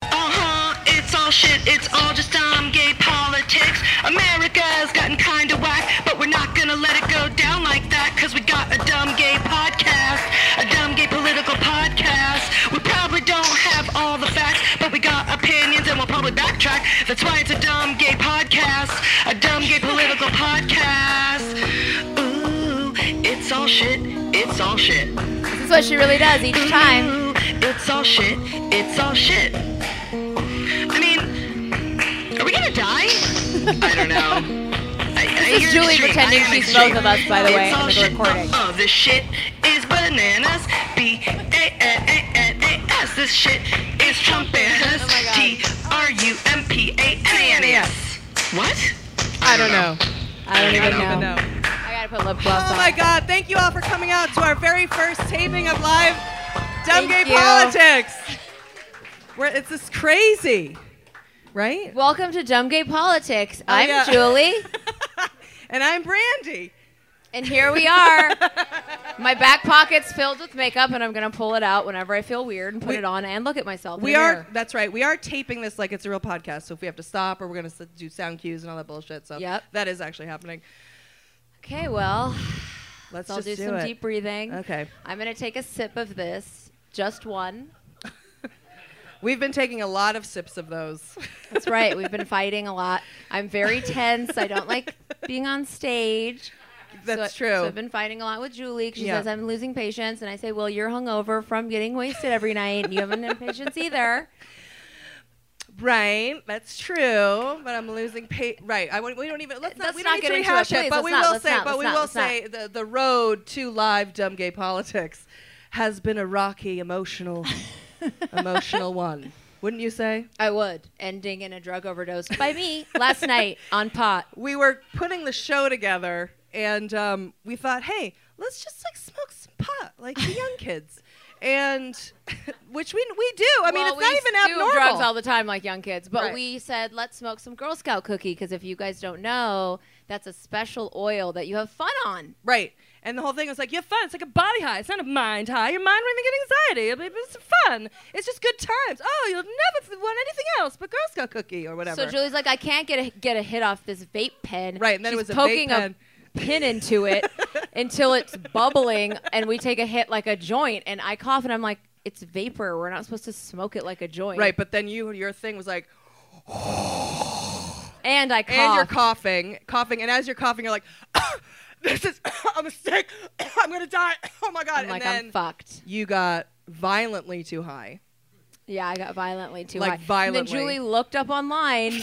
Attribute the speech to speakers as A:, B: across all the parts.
A: bullshit. Uh-huh, It's all just dumb gay politics. America's gotten kinda whack, but we're not gonna let it go down like that, cause we got a dumb gay podcast. A dumb gay political podcast. We probably don't have all the facts, but we got opinions and we'll probably backtrack. That's why it's a dumb gay podcast. A dumb gay political podcast. Ooh, it's all shit. It's all shit.
B: This is what she really does each time.
A: Ooh, It's all shit. It's all shit. I mean, are we gonna die? I don't know. I, I
B: is
A: hear
B: Julie
A: extreme.
B: pretending
A: I am
B: she's
A: extreme.
B: both of us, by the way,
A: it's
B: in
A: all
B: the
A: shit.
B: recording.
A: Oh, this shit is bananas. B A N A N A S. This shit is Trumpanas.
B: Oh my God.
A: T R U M P A N A N A S. What?
C: I don't know.
B: I don't
C: I
B: even
C: don't even
B: know.
C: know.
B: I gotta put lip gloss
C: Oh
B: on.
C: my God! Thank you all for coming out to our very first taping of live Dumb
B: Thank
C: Gay
B: you.
C: Politics. Where it's this crazy, right?
B: Welcome to Dumb Gay Politics.
C: Oh,
B: I'm
C: yeah.
B: Julie,
C: And I'm Brandy.
B: and here we are. My back pocket's filled with makeup, and I'm gonna pull it out whenever I feel weird and put
C: We-
B: it on and look at myself. in
C: We
B: the
C: are.
B: mirror.
C: That's right. We are taping this like it's a real podcast. So if we have to stop or we're gonna s- do sound cues and all that bullshit, so
B: Yep.
C: that is actually happening.
B: Okay, well,
C: Let's
B: I'll
C: just
B: do,
C: do
B: some
C: it.
B: deep breathing.
C: Okay.
B: I'm gonna take a sip of this, just one.
C: We've been taking a lot of sips of those.
B: That's right. We've been fighting a lot. I'm very tense. I don't like being on stage.
C: That's
B: so,
C: true.
B: So I've been fighting a lot with Julie. 'cause She
C: Yeah.
B: says I'm losing patience, and I say, "Well, you're hungover from getting wasted every night, and you haven't had patience either."
C: Right, that's true. But I'm losing pay. Right, I, won't- we don't even let's not,
B: Let's
C: we
B: not
C: don't need
B: get
C: to
B: into it,
C: rehash
B: please.
C: but
B: Let's
C: we
B: not,
C: will
B: let's
C: say,
B: not,
C: but
B: let's
C: we
B: not,
C: will
B: let's not.
C: say the the road to live dumb gay politics has been a rocky, emotional, emotional one. Wouldn't you say?
B: I would ending in a drug overdose by me last night on pot.
C: We were putting the show together, and um, we thought, hey, let's just like smoke some pot, like the young kids, and which we we do. I mean,
B: Well,
C: it's
B: we
C: not
B: used
C: even
B: to
C: abnormal.
B: Do drugs all the time, like young kids. But
C: Right.
B: we said, let's smoke some Girl Scout cookie because if you guys don't know, that's a special oil that you have fun on.
C: Right. And the whole thing was like, you have fun. It's like a body high. It's not a mind high. Your mind won't even get anxiety. It'll be- It's fun. It's just good times. Oh, you'll never want anything else but Girl Scout cookie or whatever.
B: So Julie's like, I can't get a, get a hit off this vape pen.
C: Right, and then it
B: She's
C: was a vape
B: poking
C: pen.
B: a pin into it until it's bubbling, and we take a hit like a joint. And I cough, and I'm like, it's vapor. We're not supposed to smoke it like a joint.
C: right. But then you, your thing was like,
B: And I cough.
C: and you're coughing, coughing, and as you're coughing, you're like, this is a mistake. I'm gonna die. Oh my god.
B: I'm
C: and
B: like,
C: then
B: I'm fucked.
C: you got violently too high.
B: Yeah, I got violently too
C: Like,
B: high. And
C: violently.
B: then Julie looked up online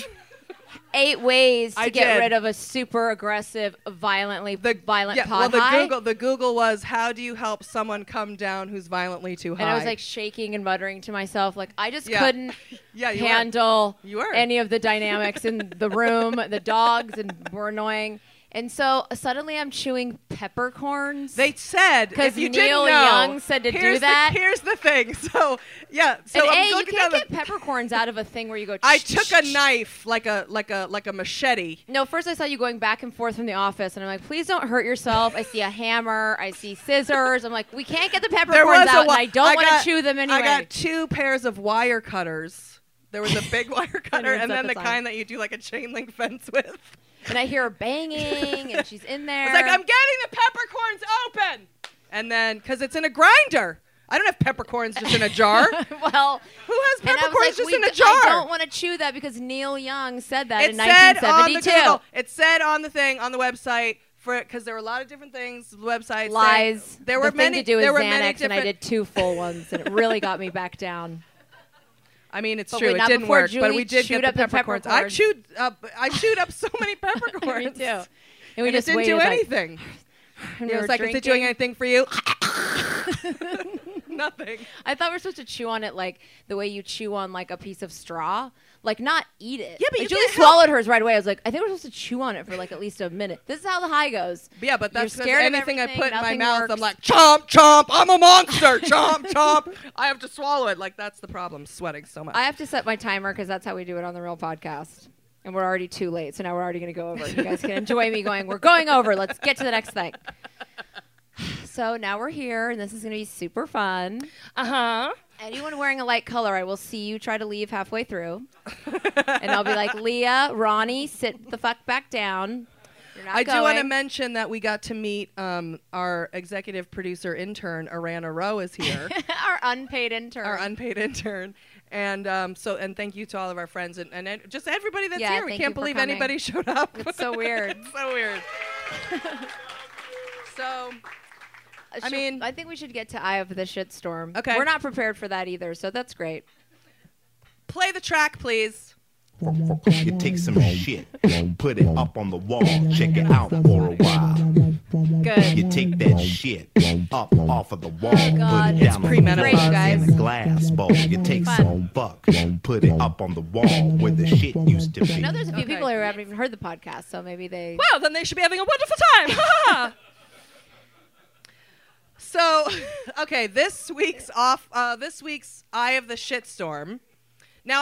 B: eight ways to
C: I
B: get
C: did.
B: rid of a super aggressive, violently
C: The
B: violent
C: yeah,
B: pod
C: well, the
B: high.
C: Google, the Google was, how do you help someone come down who's violently too high?
B: and I was like shaking and muttering to myself, like I just
C: Yeah.
B: couldn't
C: yeah, you were.
B: handle
C: You were.
B: any of the dynamics in the room. The dogs and were annoying, and so suddenly I'm chewing peppercorns.
C: They said
B: 'Cause
C: if you
B: Neil
C: didn't know,
B: Young said to do
C: here's the-
B: that.
C: here's the thing. So yeah, so
B: and
C: I'm
B: a, you
C: looking
B: can't
C: down
B: get
C: the-
B: peppercorns out of a thing where you go.
C: I took a knife like a like a like a machete.
B: No, first I saw you going back and forth from the office, and I'm like, please don't hurt yourself. I see a hammer. I see scissors. I'm like, we can't get the
C: There
B: peppercorns
C: was
B: out,
C: a
B: and
C: wi-
B: I don't want
C: got-
B: to chew them anyway.
C: I got two pairs of wire cutters. There was a big wire cutter,
B: even
C: and
B: set
C: then the
B: this on.
C: kind that you do like a chain link fence with.
B: and I hear her banging, and she's in there.
C: It's like I'm getting the peppercorns open, and then because it's in a grinder. I don't have peppercorns just in a jar. Who
B: well,
C: has
B: and I was
C: peppercorns
B: like,
C: just
B: we
C: in a
B: d-
C: jar?
B: I don't want to chew that because Neil Young said that
C: it
B: in
C: said on the
B: 1972.
C: Google. It said on the thing on the website for because there were a lot of different things. The website
B: Lies.
C: saying- there were
B: the
C: many.
B: thing to do is
C: there were
B: Xanax,
C: many
B: and
C: different.
B: I did two full ones, and it really got me back down.
C: I mean, it's
B: But
C: true.
B: wait,
C: It
B: not
C: didn't
B: before
C: work, but
B: Julie
C: we did
B: chewed
C: get the
B: up the
C: peppercorns. I
B: peppercorn.
C: chewed up. I chewed up so many peppercorns.
B: me too. And we
C: And
B: just
C: it didn't
B: waited,
C: do
B: like,
C: anything.
B: and
C: it
B: we
C: was
B: were
C: like, is it doing
B: drinking.
C: anything for you? Nothing.
B: I thought we were supposed to chew on it like the way you chew on like a piece of straw, like not eat it.
C: Yeah, but
B: Like,
C: you
B: Julie
C: can't help-
B: swallowed hers right away. I was like, I think we're supposed to chew on it for like at least a minute. This is how the high goes.
C: But yeah, but
B: You're
C: that's 'cause
B: scared of
C: anything I
B: everything,
C: put in my
B: nothing
C: mouth, I'm
B: works.
C: like chomp chomp. I'm a monster. chomp chomp. I have to swallow it. Like that's the problem. Sweating so much.
B: I have to set my timer because that's how we do it on the real podcast. And we're already too late, so now we're already going to go over. You guys can enjoy me going. We're going over. Let's get to the next thing. So now we're here, and this is going to be super fun.
C: Uh huh.
B: Anyone wearing a light color, I will see you try to leave halfway through. and I'll be like, Leah, Ronnie, sit the fuck back down. You're not
C: I
B: going.
C: do want to mention that we got to meet um, our executive producer intern, Arana Rowe, is here,
B: Our unpaid intern.
C: our unpaid intern. And um, so, and thank you to all of our friends and, and ed- just everybody that's
B: Yeah,
C: here. We
B: thank
C: can't
B: you for
C: believe
B: coming.
C: anybody showed up.
B: it's so weird.
C: It's so weird. so,
B: Should-
C: mean-
B: I think we should get to Eye of the Shitstorm.
C: Okay.
B: We're not prepared for that either, so that's great.
C: play the track, please.
D: You take some shit, put it up on the wall, check it out for a while.
B: Good.
D: You take that shit up off of the wall, put
B: Oh God.
D: it
B: It's
D: down on the
C: premenopause.
D: wall
B: Great,
D: in
B: guys.
D: a glass bowl. You take some buck, put it up on the wall where the shit used to
B: I
D: be.
B: know there's a few
C: Okay.
B: people here who haven't even heard the podcast, so maybe they.
C: Well, then they should be having a wonderful time. Ha, ha, ha. so, okay, this week's off. Uh, this week's Eye of the Shitstorm. Now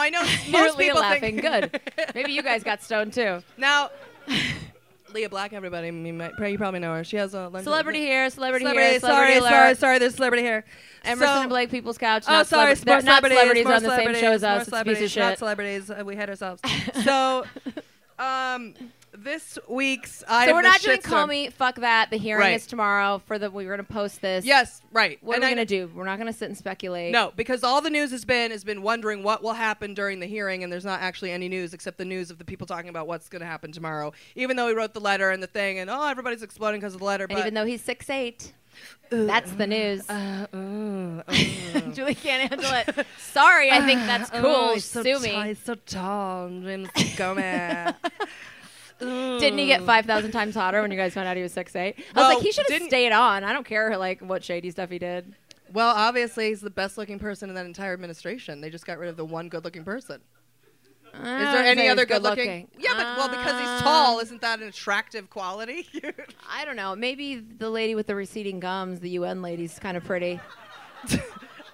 C: I know most
B: Leah
C: people
B: laughing.
C: think
B: Good. Maybe you guys got stoned too.
C: now. Leah Black, everybody, you, might, you probably know her. She has a lunch-
B: Celebrity here, celebrity,
C: Celebrity,
B: here,
C: sorry,
B: celebrity alert.
C: sorry, sorry. There's celebrity here.
B: Emerson
C: So-
B: and Blake, People's Couch.
C: Oh,
B: not
C: sorry,
B: celebri-
C: more
B: they're not
C: celebrities,
B: celebrities
C: more
B: on the same
C: celebrities,
B: show as
C: more
B: us. It's a piece of
C: celebrities, Not
B: shit.
C: celebrities. Uh, we hate ourselves. so, um, this week's Eye
B: So
C: of
B: we're
C: the
B: not doing
C: Shitstorm-
B: call me, fuck that. The hearing
C: Right.
B: is tomorrow. For the we're gonna post this.
C: Yes, right.
B: What
C: And
B: are we
C: I-
B: gonna do? We're not gonna sit and speculate.
C: No, because all the news has been has been wondering what will happen during the hearing, and there's not actually any news except the news of the people talking about what's going to happen tomorrow. Even though he wrote the letter and the thing, and oh, everybody's exploding because of the letter.
B: And
C: but
B: even though he's six eight, that's the news.
C: Uh,
B: Julie can't handle it. Sorry, I think that's cool. Sue me.
C: Oh, so tall, James Gomez.
B: Didn't he get five thousand times hotter when you guys found out he was six eight? I
C: Hmm. Well,
B: was like, he should have
C: didn't-
B: stayed on. I don't care like what shady stuff he did.
C: well, obviously he's the best looking person in that entire administration. They just got rid of the one good looking person.
B: Ah,
C: Is there any other good looking? Yeah, but well, because he's tall, isn't that an attractive quality?
B: Um, I don't know. Maybe the lady with the receding gums, the UN lady's kind of pretty.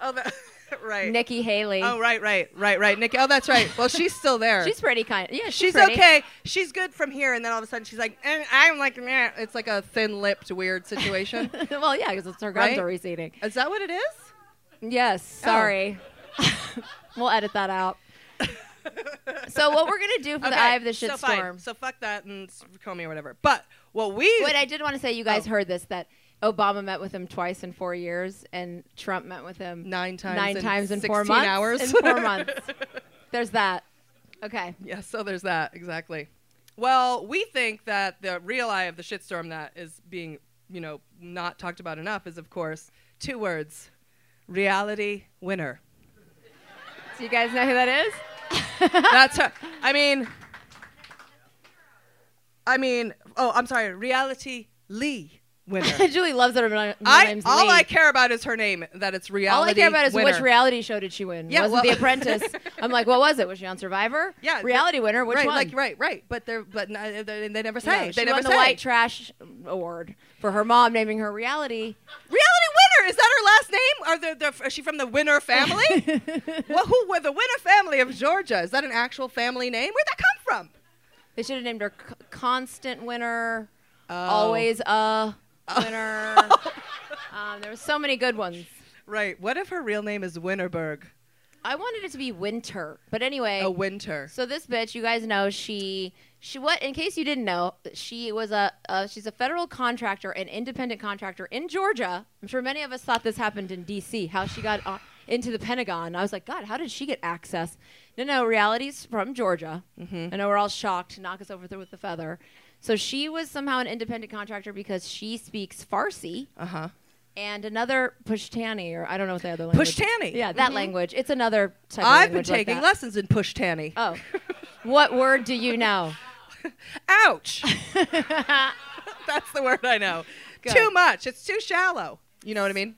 C: oh, that, right.
B: Nikki Haley.
C: Oh, right, right, right, right. Nikki. Oh, that's right. Well, she's still there.
B: She's pretty kind. Yeah, she's,
C: She's
B: pretty.
C: okay. She's good from here, and then all of a sudden she's like, "Eh, I'm like, meh." it's like a thin-lipped weird situation.
B: well, yeah, because it's her gums
C: Right? Oh.
B: are receding.
C: Is that what it is?
B: Yes. Sorry. we'll edit that out. so what we're gonna do for the eye of the
C: so
B: shitstorm? e-
C: fine. So fuck that and s- call me or whatever. But what we
B: Wait, I did want to say you guys
C: Oh.
B: heard this that Obama met with him twice in four years, and Trump met with him
C: nine times
B: nine
C: in
B: times in four
C: 16
B: months.
C: hours.
B: In four months, there's that. Okay,
C: yeah. So there's that exactly. Well, we think that the real eye of the shitstorm that is being you know not talked about enough is of course two words: reality winner.
B: so you guys know who that is?
C: That's her. I mean, I mean. Oh, I'm sorry. Reality Lee winner.
B: Julie loves that her my
C: I
B: name's
C: all
B: Lee.
C: I care about is her name. That it's reality.
B: All I care about is
C: winner.
B: which reality show did she win?
C: Yeah,
B: was
C: well-
B: it The Apprentice? I'm like, what was it? Was she on Survivor?
C: Yeah,
B: reality winner. Which
C: right,
B: one?
C: Like right, right. But they're but n- uh, they, they never
B: No,
C: say.
B: she
C: they never
B: won the
C: say.
B: White Trash Award for her mom naming her reality.
C: reality winner is that her last name? Are the, the is she from the Winner family? well, who were the Winner family of Georgia? Is that an actual family name? Where'd that come from?
B: They should have named her C- Constant Winner,
C: Oh,
B: Always a Winner. um, there were so many good ones.
C: Right. What if her real name is Winterberg?
B: I wanted it to be Winter, but anyway.
C: A winter.
B: so this bitch, you guys know she she what? In case you didn't know, she was a uh, she's a federal contractor, an independent contractor in Georgia. I'm sure many of us thought this happened in D.C. How she got on, into the Pentagon? I was like, God, how did she get access? No, no, reality's from Georgia.
C: Mm-hmm.
B: I know we're all shocked. Knock us over the- with the feather. So she was somehow an independent contractor because she speaks Farsi
C: Uh huh.
B: and another Pushtani, or I don't know what the other language.
C: Pushtani. Mm-hmm.
B: Yeah, that language. It's another type. of
C: I've been
B: language like
C: taking
B: that.
C: lessons in push tanny.
B: Oh, what word do you know?
C: Ouch. That's the word I know.
B: Good.
C: Too much. It's too shallow. You know what I mean?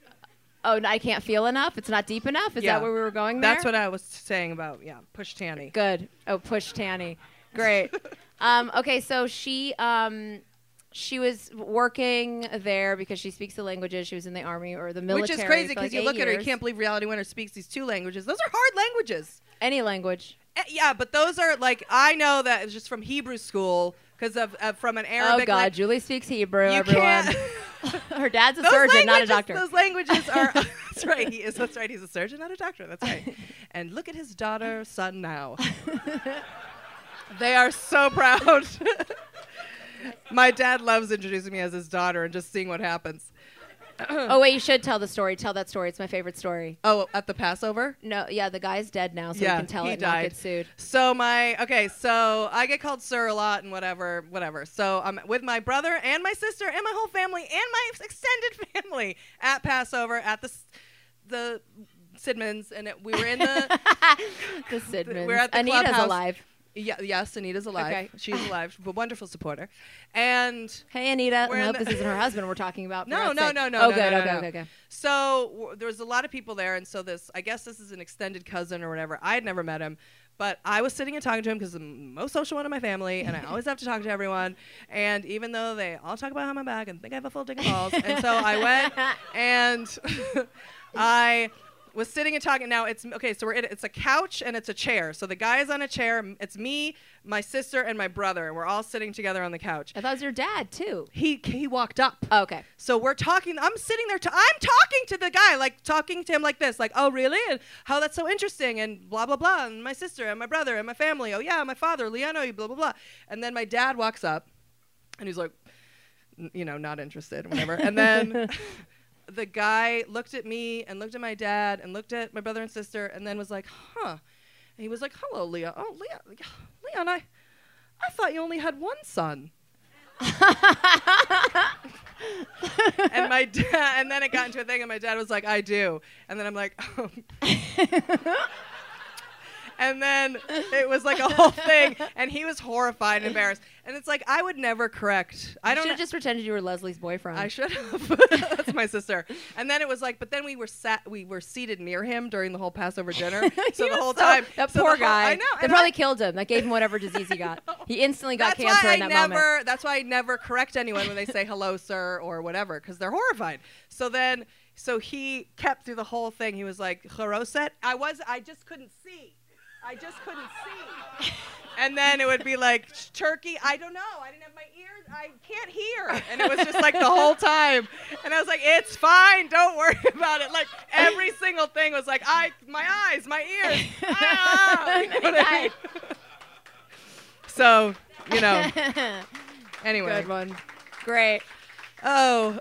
B: Oh, I can't feel enough. It's not deep enough. Is
C: Yeah.
B: that where we were going? There?
C: That's what I was saying about yeah, push tanny.
B: Good. Oh, push Tanny. Great. um, okay, so she um, she was working there because she speaks the languages. She was in the army or the military.
C: Which is crazy
B: for,
C: because
B: like,
C: you
B: eight
C: look at her, you
B: years.
C: can't believe reality winner speaks these two languages. Those are hard languages.
B: any language.
C: Eh, Yeah, but those are like I know that it's just from Hebrew school because of, of from an
B: Oh
C: Arabic.
B: God,
C: language.
B: Julie speaks Hebrew.
C: you
B: everyone.
C: can't.
B: Her dad's a
C: Those
B: surgeon, not a
C: languages-
B: doctor.
C: Those languages are. that's right. He is. That's right. He's a surgeon, not a doctor. That's right. and look at his daughter, son now. they are so proud. My dad loves introducing me as his daughter and just seeing what happens.
B: oh wait, you should tell the story. Tell that story. It's my favorite story.
C: Oh, at the Passover.
B: No, yeah, the guy's dead now, so
C: Yeah,
B: we can tell
C: he
B: it and not
C: died.
B: get sued.
C: So my okay, so I get called sir a lot and whatever, whatever. So I'm with my brother and my sister and my whole family and my extended family at Passover at the s- the Sidmans and it, we were in the
B: The Sidmans.
C: We're at the
B: Anita's
C: clubhouse.
B: alive.
C: yeah, yes, Anita's alive.
B: Okay.
C: She's alive. A wonderful supporter. And
B: Hey Anita,
C: We're
B: I
C: in
B: hope
C: the-
B: this isn't her husband we're talking about. for
C: No,
B: God's
C: no,
B: sake.
C: no, no.
B: Oh,
C: no,
B: good.
C: no,
B: okay,
C: no.
B: okay, okay.
C: So w- there was a lot of people there, and so this, I guess this is an extended cousin or whatever. I had never met him, but I was sitting and talking to him because I'm the most social one in my family, and I always have to talk to everyone. And even though they all talk about how I'm back and think I have a full dick of balls, and so I went and I was sitting and talking. Now it's okay. So we're in, it's a couch and it's a chair. So the guy is on a chair. m- It's me, my sister, and my brother, and we're all sitting together on the couch.
B: I thought it was your dad too.
C: He he walked up.
B: Oh, okay.
C: So we're talking. I'm sitting there. i I'm talking to the guy, like talking to him like this, like, oh really? And how that's so interesting, and blah blah blah. And my sister and my brother and my family. Oh yeah, my father, Leonardo, blah blah blah. And then my dad walks up, and he's like, n- you know, not interested, whatever. And then the guy looked at me and looked at my dad and looked at my brother and sister, and then was like, huh. And he was like, hello, Leon. Oh, Leon, Leon, I, I thought you only had one son. and my dad, and then it got into a thing, and my dad was like, "I do," and then I'm like, um. and then it was like a whole thing, and he was horrified and embarrassed, and it's like I would never correct. I don't
B: should
C: know.
B: have just pretended you were Leslie's boyfriend.
C: I should have. That's my sister. And then it was like, but then we were sat, we were seated near him during the whole Passover dinner. so
B: He
C: the
B: was
C: whole
B: so-
C: time,
B: That
C: so the
B: poor
C: whole-
B: guy.
C: I know.
B: They
C: and
B: probably
C: I-
B: killed him. That gave him whatever disease he got. He instantly got
C: that's
B: cancer
C: why
B: in that
C: I never.
B: moment.
C: That's why I never correct anyone when they say hello, sir, or whatever, because they're horrified. So then, so he kept through the whole thing. He was like, "Haroset." I was. I just couldn't see. I just couldn't see. And then it would be like turkey. I don't know. I didn't have my ears. I can't hear. And it was just like the whole time. And I was like, "It's fine. Don't worry about it." Like every single thing was like, "I, my eyes, my ears." Ah! You know what I mean? So you know. Anyway.
B: Good one. Great.
C: Oh,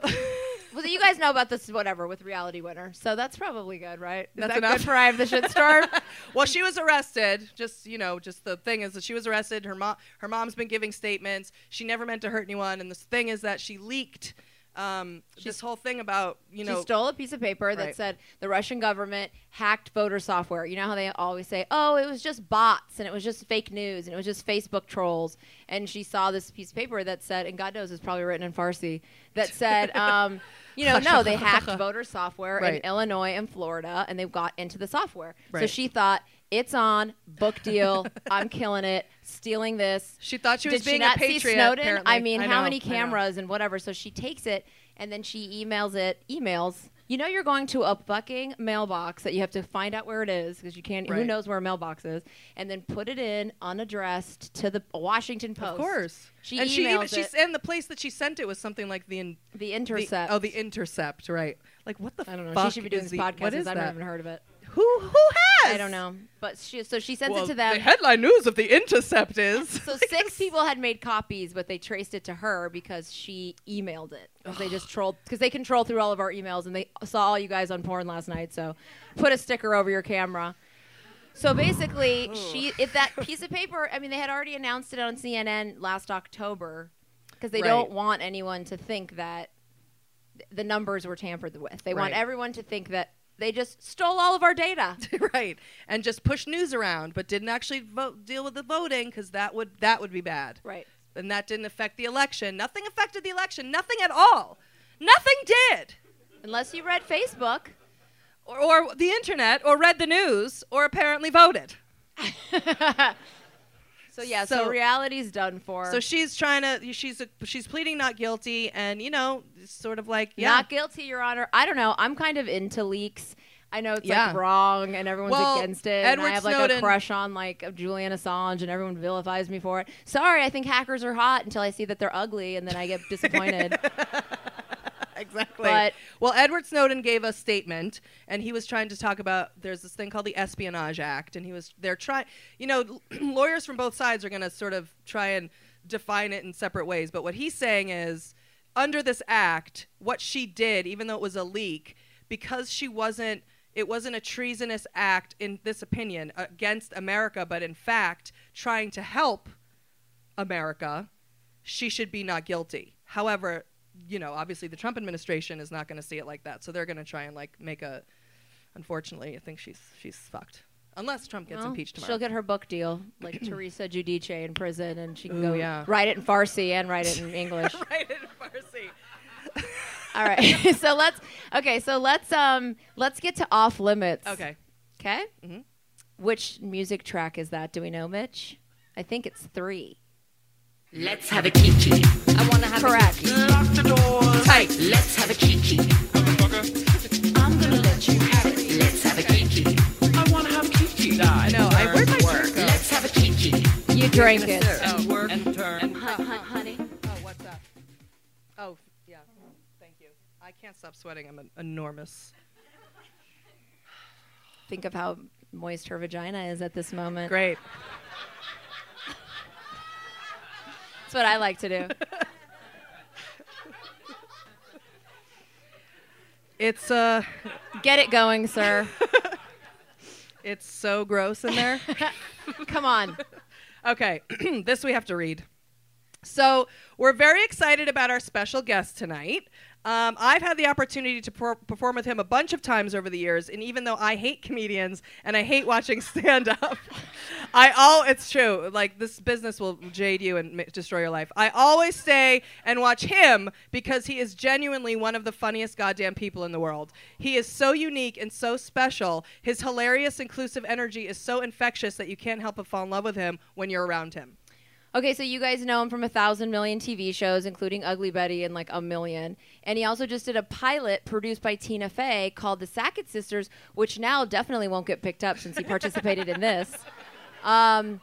B: Well, you guys know about this, whatever, with Reality Winner. So that's probably good, right? Is
C: That's
B: that
C: enough?
B: good for I Have the Shit Storm?
C: well, she was arrested. Just you know, just the thing is that she was arrested. Her mom, her mom's been giving statements. She never meant to hurt anyone. And the thing is that she leaked um, this whole thing about you know.
B: she stole a piece of paper that
C: Right.
B: said the Russian government hacked voter software. You know how they always say, "Oh, it was just bots and it was just fake news and it was just Facebook trolls." And she saw this piece of paper that said, and God knows it's probably written in Farsi, that said, um, "You know, no, they hacked voter software in
C: Right.
B: Illinois and Florida, and they got into the software." So
C: Right.
B: she thought, "It's on book deal. I'm killing it. Stealing this."
C: she thought she was
B: Did
C: being
B: she not
C: a patriot.
B: see Snowden?
C: apparently.
B: I mean, how
C: know,
B: many
C: I know.
B: cameras and whatever? So she takes it and then she emails it. Emails. You know, you're going to a fucking mailbox that you have to find out where it is because you can't. Who
C: Right.
B: knows where a mailbox is? And then put it in unaddressed to the Washington Post.
C: Of course.
B: She
C: and
B: emails
C: she even
B: it.
C: she's and the place that she sent it was something like the in,
B: the
C: the-
B: intercept.
C: oh, the intercept, right? Like what the
B: I don't know.
C: Fuck
B: she should be doing
C: is
B: this
C: the,
B: podcast
C: What is
B: because I've
C: that?
B: never even heard of it.
C: Who who has?
B: I don't know. But she so she sends
C: Well,
B: it to them.
C: The headline news of the intercept is
B: So six people had made copies, but they traced it to her because she emailed it. 'Cause They just trolled because they control through all of our emails, and they saw all you guys on porn last night. So, put a sticker over your camera. So basically, she if that piece of paper. I mean, they had already announced it on CNN last October because they
C: Right.
B: don't want anyone to think that th- the numbers were tampered with. They want
C: Right.
B: everyone to think that they just stole all of our data.
C: right and just push news around but didn't actually vote, deal with the voting because that would that would be bad
B: Right.
C: and that didn't affect the election nothing affected the election nothing at all nothing did
B: Unless you read Facebook.
C: or, or the internet or read the news or apparently voted
B: So yeah, so,
C: So-
B: reality's done for.
C: so she's trying to she's she's pleading not guilty and you know it's sort of like yeah
B: Not guilty, Your Honor. I don't know. I'm kind of into leaks. I know it's
C: Yeah.
B: like wrong and everyone's
C: Well,
B: against it. and
C: Edward
B: I have like
C: Snowden-
B: a crush on like Julian Assange and everyone vilifies me for it. Sorry, I think hackers are hot until I see that they're ugly and then I get disappointed.
C: exactly.
B: But-
C: well, Edward Snowden gave a statement, and he was trying to talk about there's this thing called the Espionage Act, and he was they're trying, you know, lawyers from both sides are going to sort of try and define it in separate ways. But what he's saying is, under this act, what she did, even though it was a leak, because she wasn't. It wasn't a treasonous act, in this opinion, against America, but in fact, trying to help America, she should be not guilty. However, you know, obviously the Trump administration is not going to see it like that, so they're going to try and like make a. Unfortunately, I think she's she's fucked unless Trump gets
B: Well,
C: impeached tomorrow.
B: She'll get her book deal, like Teresa Giudice in prison, and she can
C: Ooh,
B: go
C: yeah.
B: write it in Farsi and write it in English.
C: right in Farsi.
B: All right. so let's okay. So let's um let's get to off limits.
C: Okay,
B: Okay.
C: Mhm.
B: Which music track is that? Do we know, Mitch? I think it's three.
E: Let's have a kiki. I wanna have
B: Correct.
E: a kiki. Lock the door. Tight. Let's have a kiki. I'm gonna let you have it. Let's have a kiki. I wanna have a kiki.
C: I know. I where'd my shirt go?
E: Let's have a kiki.
B: You drank it.
E: Hun- hun- Honey.
C: Oh, what's up? Oh, yeah. Thank you. I can't stop sweating. I'm an enormous.
B: Think of how moist her vagina is at this moment.
C: Great.
B: That's what I like to do.
C: It's uh,
B: Get it going, sir.
C: it's so gross in there.
B: Come on.
C: Okay, this we have to read. So we're very excited about our special guest tonight. Um, I've had the opportunity to per- perform with him a bunch of times over the years, and even though I hate comedians and I hate watching stand up, I all it's true. Like this business will jade you and m- destroy your life. I always stay and watch him because he is genuinely one of the funniest goddamn people in the world. He is so unique and so special. His hilarious, inclusive energy is so infectious that you can't help but fall in love with him when you're around him.
B: Okay, so you guys know him from a thousand million TV shows, including Ugly Betty and like a million. And he also just did a pilot produced by Tina Fey called The Sackett Sisters, which now definitely won't get picked up since he participated in this. Um,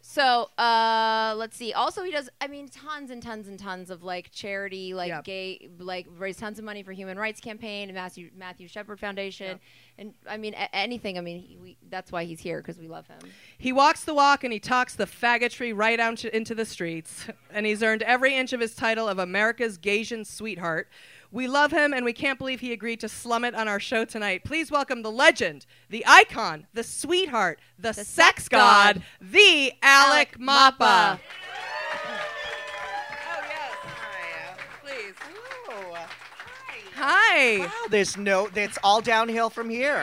B: so uh, let's see. Also, he does. I mean, tons and tons and tons of like charity, like
C: Yep.
B: gay, like raise tons of money for human rights campaign and Matthew Matthew Shepard Foundation, and I mean a- anything. I mean, he, we, that's why he's here because we love him.
C: He walks the walk and he talks the faggotry right out into the streets. And he's earned every inch of his title of America's Gaysian sweetheart. We love him and we can't believe he agreed to slum it on our show tonight. Please welcome the legend, the icon, the sweetheart, the, sex,
B: sex
C: god,
B: god,
C: the Alec, Mappa.
B: Mappa.
C: Oh, yes. Please. Hi.
F: Wow, there's no, it's all downhill from here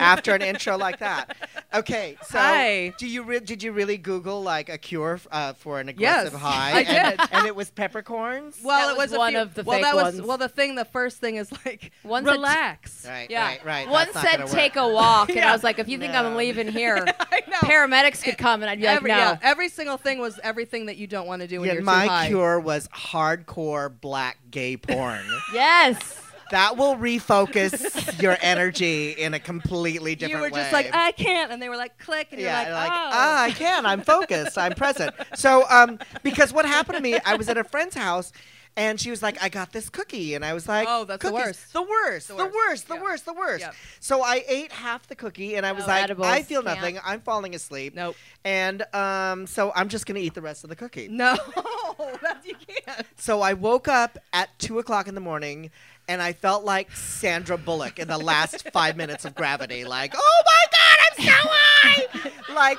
F: after an intro like that. Okay, so
C: Hi.
F: do you re- did you really Google like a cure uh, for an aggressive high?
C: I
F: and,
C: did.
F: and it was peppercorns.
C: Well,
B: That
C: it
B: was
C: was, a
B: one
C: few-
B: of the
C: well,
B: fake
C: that was,
B: ones.
C: Well, the thing, the first thing is like,
B: One's a t-
C: relax.
F: right,
B: Yeah.
F: right, right.
B: One
F: that's not
B: said
F: gonna work.
B: take a walk, and
C: Yeah.
B: I was like, if you think I'm
F: No. E-,
B: leaving here,
C: I know.
B: paramedics could come, and I'd be like,
C: every,
B: no.
C: yeah, every single thing was everything that you don't want to do when
F: Yeah,
C: you're too
F: my
C: high.
F: cure was hardcore black gay porn.
B: Yes.
F: that will refocus your energy in a completely
C: you
F: different way.
C: were just like, I can't, and they were like, click, and
F: yeah,
C: you're
F: like,
C: like, oh,
F: ah, I can. I'm focused. I'm present. So, um, because what happened to me, I was at a friend's house, and she was like, "I got this cookie," and I was like,
C: Oh, that's the
F: "Cookies,
C: worst.
F: the worst,
C: The
F: the
C: worst.
F: worst, the
C: Yeah.
F: worst, the worst."
C: Yep.
F: So I ate half the cookie, and I was
B: Oh,
F: like,
B: edibles,
F: "I feel
B: can't.
F: nothing. I'm falling asleep."
C: nope,
F: And um, so I'm just gonna eat the rest of the cookie.
C: no, that you can't.
F: So I woke up at two o'clock in the morning and I felt like Sandra Bullock in the last five minutes of gravity. Like, oh my God, I'm so high! like,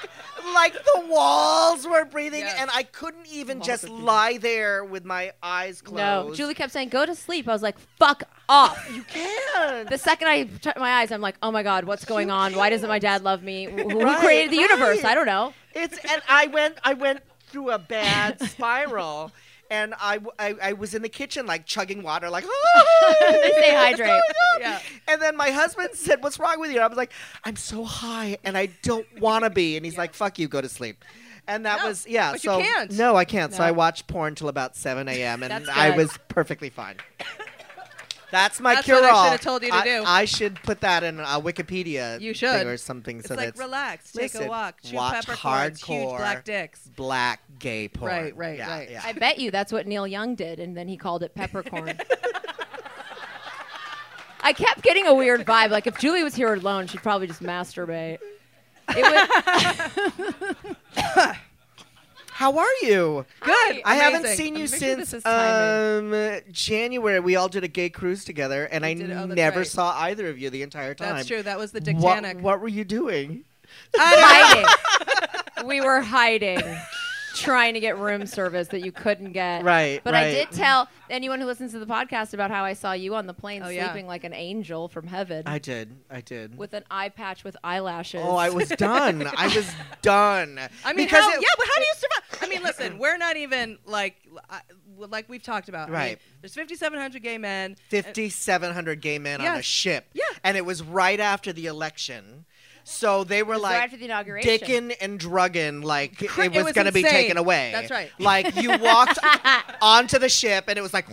F: like the walls were breathing
C: Yes.
F: and I couldn't even
C: Walls
F: just
C: are breathing.
F: lie there with my eyes closed.
B: No. Julie kept saying, go to sleep. I was like, fuck off.
F: you can't.
B: The second I shut my eyes, I'm like, oh my God, what's going
F: You
B: on? Why doesn't my dad love me? Who who created the
F: right.
B: universe? I don't know.
F: It's and I went I went through a bad spiral, and I, w- I- I was in the kitchen like chugging water like "Ah,
B: They say hydrate.
C: Yeah,
F: And then my husband said, "What's wrong with you?" And I was like, "I'm so high and I don't want to be." And he's like, "Fuck you, go to sleep." And that
C: No,
F: was yeah.
C: but you
F: so
C: can't.
F: no, I can't. So
B: No.
F: I watched porn till about seven a.m. and
B: That's
F: I
B: good.
F: was perfectly fine. That's my
C: That's
F: cure
C: what I
F: all.
C: should've told you to do.
F: I should put that in uh, Wikipedia.
C: You
F: thing
C: should.
F: or something.
C: It's
F: so
C: like
F: that's
C: relax, take a
F: listen,
C: walk, chew
F: watch
C: peppercorns, huge
F: hardcore.
C: black dicks.
F: black gay porn.
C: Right, right,
F: yeah,
C: right.
F: Yeah.
B: I bet you that's what Neil Young did, and then he called it peppercorn. I kept getting a weird vibe. Like if Julie was here alone, she'd probably just masturbate. It was,
F: How are you?
C: Good.
F: I haven't
C: Amazing.
F: seen you
C: Make sure this
F: since
C: is timing.
F: um, January. We all did a gay cruise together, and I
C: did- oh, that's
F: never
C: right.
F: saw either of you the entire time.
C: That's true. That was the
F: What,
C: Dictanic.
F: what were you doing?
B: hiding. we were hiding, trying to get room service that you couldn't get.
F: Right,
B: But I
F: right.
B: did tell anyone who listens to the podcast about how I saw you on the plane
C: Oh, yeah.
B: sleeping like an angel from heaven
F: I did. I did.
B: with an eye patch with eyelashes.
F: oh, I was done. I was done.
C: I mean,
F: because
C: how,
F: it-
C: yeah, but how do you survive? I mean, listen, we're not even like I- like we've talked about. I mean,
F: Right.
C: there's 5,700 gay men.
F: 5,700 gay men on a
C: Yes.
F: ship.
C: Yeah.
F: And it was right after the election. So they were
B: was
F: like
B: right after the inauguration.
F: dicking and drugging like
C: Cra-
F: it
C: it
F: was,
C: was
F: going to be
C: insane.
F: taken away.
C: That's right.
F: Like you walked onto the ship and it was like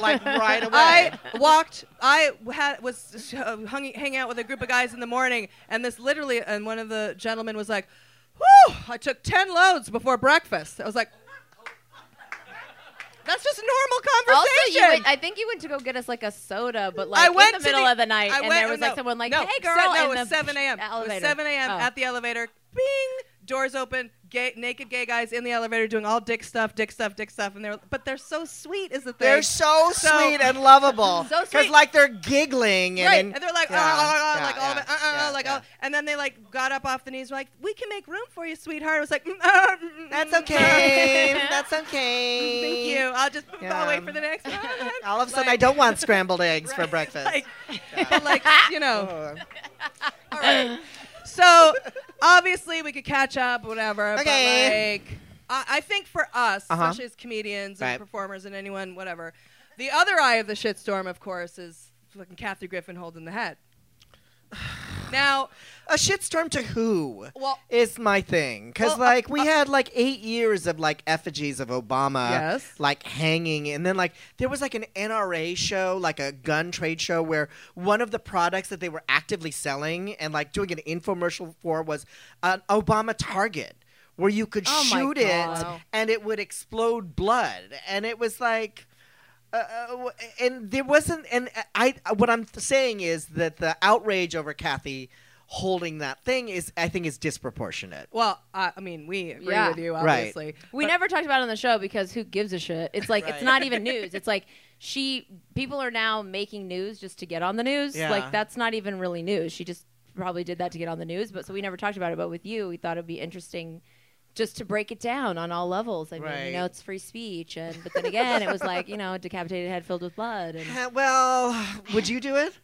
F: like right away.
C: I walked. I had was uh, hung, hanging out with a group of guys in the morning, and this literally, and one of the gentlemen was like, "Whew! I took ten loads before breakfast." I was like, "That's just normal
B: Also, you
C: conversation."
B: went, I think you went to go get us like a soda, but like
C: I went
B: in
C: to
B: the middle of the night,
C: I
B: and
C: went-
B: there was
C: no,
B: like someone like,
C: no,
B: "Hey,
C: se-
B: girl!"
C: no,
B: in
C: it was
B: the
C: 7 a.m. It was
B: elevator.
C: 7 a.m.
B: Oh.
C: at the elevator. Bing. Doors open. Gay, naked gay guys in the elevator doing all dick stuff, dick stuff, dick stuff, and they're but they're so sweet is the thing.
F: They're so,
C: So-
F: sweet and lovable.
B: So
F: Cuz
B: sweet.
F: like they're giggling and,
C: Right,
F: and-
C: and they're like,
F: Yeah,
C: "Ah, ah, ah,"
F: yeah,
C: like all of
F: yeah,
C: it, uh, uh,
F: yeah,
C: uh, like
F: yeah.
C: all, and then they like got up off the knees, like, we can make room for you, sweetheart. I was like, "Mm, uh, mm,
F: That's
C: mm,
F: okay.
C: uh,
F: That's okay.
C: Thank you. I'll just I'll
F: Yeah.
C: wait for the next one.
F: All of a sudden, I
C: Like-
F: don't want scrambled eggs for breakfast. Oh.
C: Like, but like you know,
F: Ugh.
C: All right. So obviously we could catch up, whatever.
F: Okay.
C: But like, I, I think for us,
F: Uh-huh.
C: especially as comedians and
F: Right.
C: performers and anyone, whatever, the other eye of the shitstorm, of course, is fucking Kathy Griffin holding the head. Now,
F: a shitstorm to who
C: well,
F: is my thing because
C: Well, uh,
F: like we had like eight years of like effigies of obama
C: Yes.
F: like hanging and then like there was like an nra show like a gun trade show where one of the products that they were actively selling and like doing an infomercial for was an obama target where you could
B: Oh my
F: shoot it
B: God.
F: and it would explode blood and it was like uh, w- and there wasn't and i what i'm saying is that the outrage over kathy holding that thing is i think is disproportionate
C: well, I I mean, we agree
B: Yeah.
C: with you,
F: Right.
C: obviously.
B: We never talked about it on the show because who gives a shit? It's like
F: Right.
B: it's not even news. It's like she people are now making news just to get on the news.
F: Yeah.
B: Like that's not even really news. She just probably did that to get on the news, but so we never talked about it. But with you, we thought it'd be interesting just to break it down on all levels. I mean,
F: Right.
B: you know, it's free speech, and but then again, it was like you know, a decapitated head filled with blood. And
F: Uh, well would you do it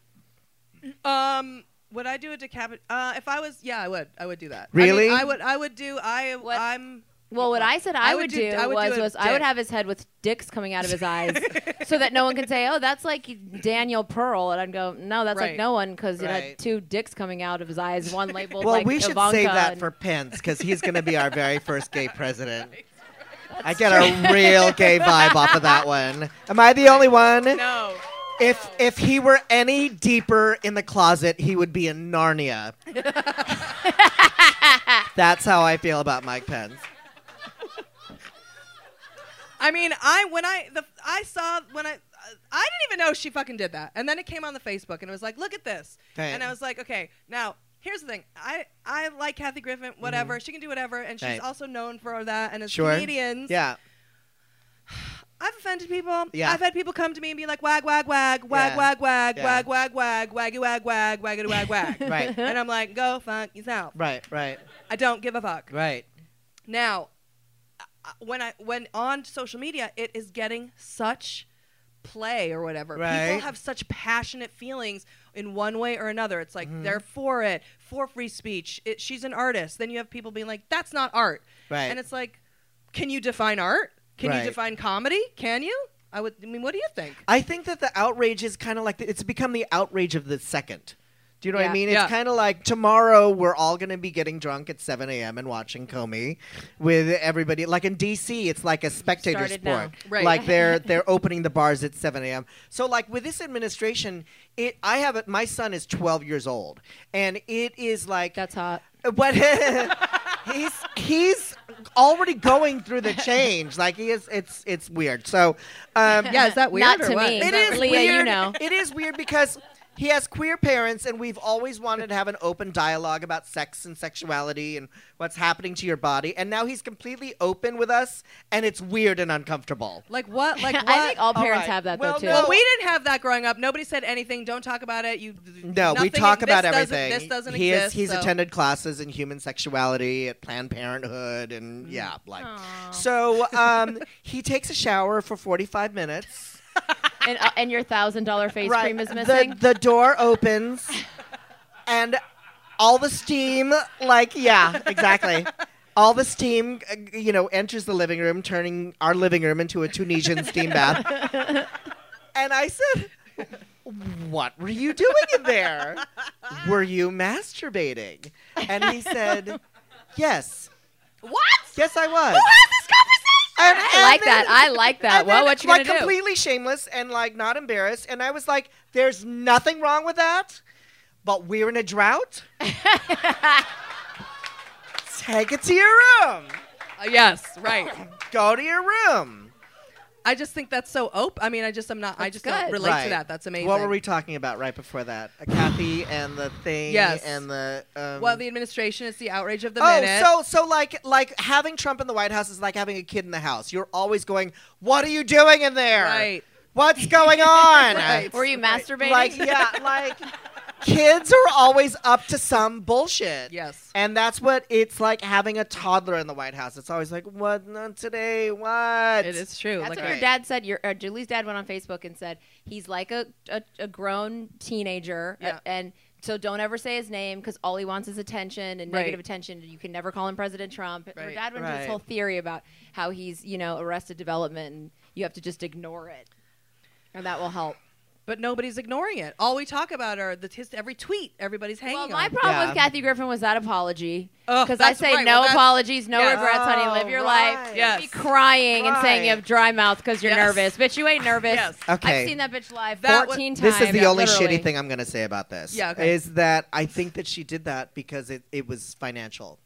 C: Um, would I do a decapit? Uh, if I was, yeah, I would. I would do that. I mean,
F: Really?
C: I, would. I would do. I.
B: What-
C: I'm.
B: Well, what I said I, would, do,
C: I would
B: was,
C: do a
B: was I would
C: dick.
B: have his head with dicks coming out of his eyes so that no one could say, oh, that's like Daniel Pearl. And I'd go, no, that's
C: Right.
B: like no one because it
F: Right.
B: had two dicks coming out of his eyes, one labeled
F: well
B: like
F: we should
B: Ivanka
F: save that
B: and-
F: for pence because he's going to be our very first gay president i get a real gay vibe off of that one am i the only one
C: No.
F: if if he were any deeper in the closet he would be in narnia that's how i feel about mike pence
C: I mean, I when I the I saw when I I didn't even know she fucking did that, and then it came on the Facebook, and it was like, look at this,
F: Right.
C: and I was like, okay, now here's the thing, I I like Kathy Griffin, whatever, she can do whatever, and she's
F: Mm-hmm. Right.
C: also known for that, and as
F: Sure.
C: comedians,
F: yeah
C: I've offended people.
F: Yeah.
C: I've had people come to me and be like, wag wag wag wag
F: Yeah.
C: wag wag
F: Yeah.
C: wag wag wag waggy wag wag waggity wag wag,
F: Right.
C: and I'm like, go fuck yourself.
F: right right
C: I don't give a fuck.
F: right
C: Now, I- when I when on social media, it is getting such play or whatever.
F: Right.
C: People have such passionate feelings in one way or another. It's
F: Mm-hmm.
C: like they're for it, for free speech. It, she's an artist. Then you have people being like, "That's not art,"
F: Right.
C: and it's like, can you define art? Can
F: Right.
C: you define comedy? Can you? I would. I mean, what do you think?
F: I think that the outrage is kind of like the, it's become the outrage of the second. Do you know what
B: Yeah.
F: I mean? It's
C: Yeah.
F: kind of like tomorrow we're all going to be getting drunk at 7 a.m. and watching Comey with everybody. Like in DC, it's like a spectator
B: started
F: sport.
B: now.
C: Right.
F: Like they're they're opening the bars at 7 a.m. So like with this administration, it I have it. My son is 12 years old, and it is like
B: That's hot.
F: but he's he's already going through the change. Like he is, it's it's weird. So, um, yeah, is that weird?
B: Not
F: or
B: to
F: what?
B: me,
F: It
B: but
F: is
B: Leah, you
F: weird.
B: know.
F: It is weird because he has queer parents, and we've always wanted to have an open dialogue about sex and sexuality and what's happening to your body. And now he's completely open with us, and it's weird and uncomfortable.
C: Like what? Like what?
B: I think all
F: All
B: parents
F: right.
B: have that
F: Well,
B: though too.
F: no.
C: Well, we didn't have that growing up. Nobody said anything. Don't talk about it. You
F: No, we
C: nothing- e-,
F: talk
C: this
F: about
C: doesn't-
F: everything.
C: This doesn't
F: he
C: exist.
F: Is, he's
C: so-
F: attended classes in human sexuality at Planned Parenthood, and yeah, like so. Um, he takes a shower for forty-five minutes.
B: and, uh, and your thousand dollar face cream is missing.
F: The the door opens, and all the steam, like yeah, exactly. All the steam, uh, you know, enters the living room, turning our living room into a Tunisian steam bath. And I said, What were you doing in there? Were you masturbating? And he said, Yes. What? Yes, I was. Who had this conversation?
B: I like that. I like that.
F: And
B: Well,
F: then,
B: what you
F: like,
B: gonna do?
F: completely shameless and like not embarrassed. And I was like, there's nothing wrong with that, but we're in a drought. Take it to your room.
C: Uh, yes, right.
F: Go to your room.
C: I just think that's so open. I mean, I just I'm not. I
B: That's
C: just
B: good.
C: don't relate
F: Right.
C: to that. That's amazing.
F: What were we talking about right before that? Uh, Kathy and the thing
C: Yes.
F: and the um,
C: Well, the administration is the outrage of the
F: oh,
C: minute.
F: so so like like having Trump in the White House is like having a kid in the house. You're always going, "What are you doing in there?
C: right.
F: What's going on?"
C: Right.
B: Were you masturbating?
F: Like yeah, like kids are always up to some bullshit.
C: Yes.
F: And that's what it's like having a toddler in the White House. It's always like, "What not today? What?"
C: It is true.
B: That's
C: like,
B: what her
F: right.
B: dad said. Your uh, Julie's dad went on Facebook and said he's like a a, a grown teenager, uh,
C: Yeah.
B: and so don't ever say his name because all he wants is attention and
C: Right.
B: negative attention. You can never call him President Trump. Her
C: Right.
B: dad went into this
F: Right.
B: whole theory about how he's you know arrested development and you have to just ignore it, and that will help.
C: but nobody's ignoring it. All we talk about are the his, every tweet. Everybody's hanging
B: Well, my
C: on.
B: problem
F: Yeah.
B: with Kathy Griffin was that apology.
C: Oh,
B: Because I
C: that's
B: say
C: right.
B: no
C: Well, that's-
B: apologies, no
C: Yes.
B: regrets,
F: Oh,
B: honey. Live your
F: right.
B: life.
C: Yes.
B: Be crying and saying you
F: Right.
B: have dry mouth because you're
C: Yes.
B: nervous. Bitch, you ain't nervous.
C: Yes.
F: Okay.
B: I've seen that bitch live
C: That
B: 14 times.
F: This is the
B: Yeah,
F: only
B: literally.
F: shitty thing I'm going to say about this.
C: Yeah, okay.
F: Is that I think that she did that because it, it was financial.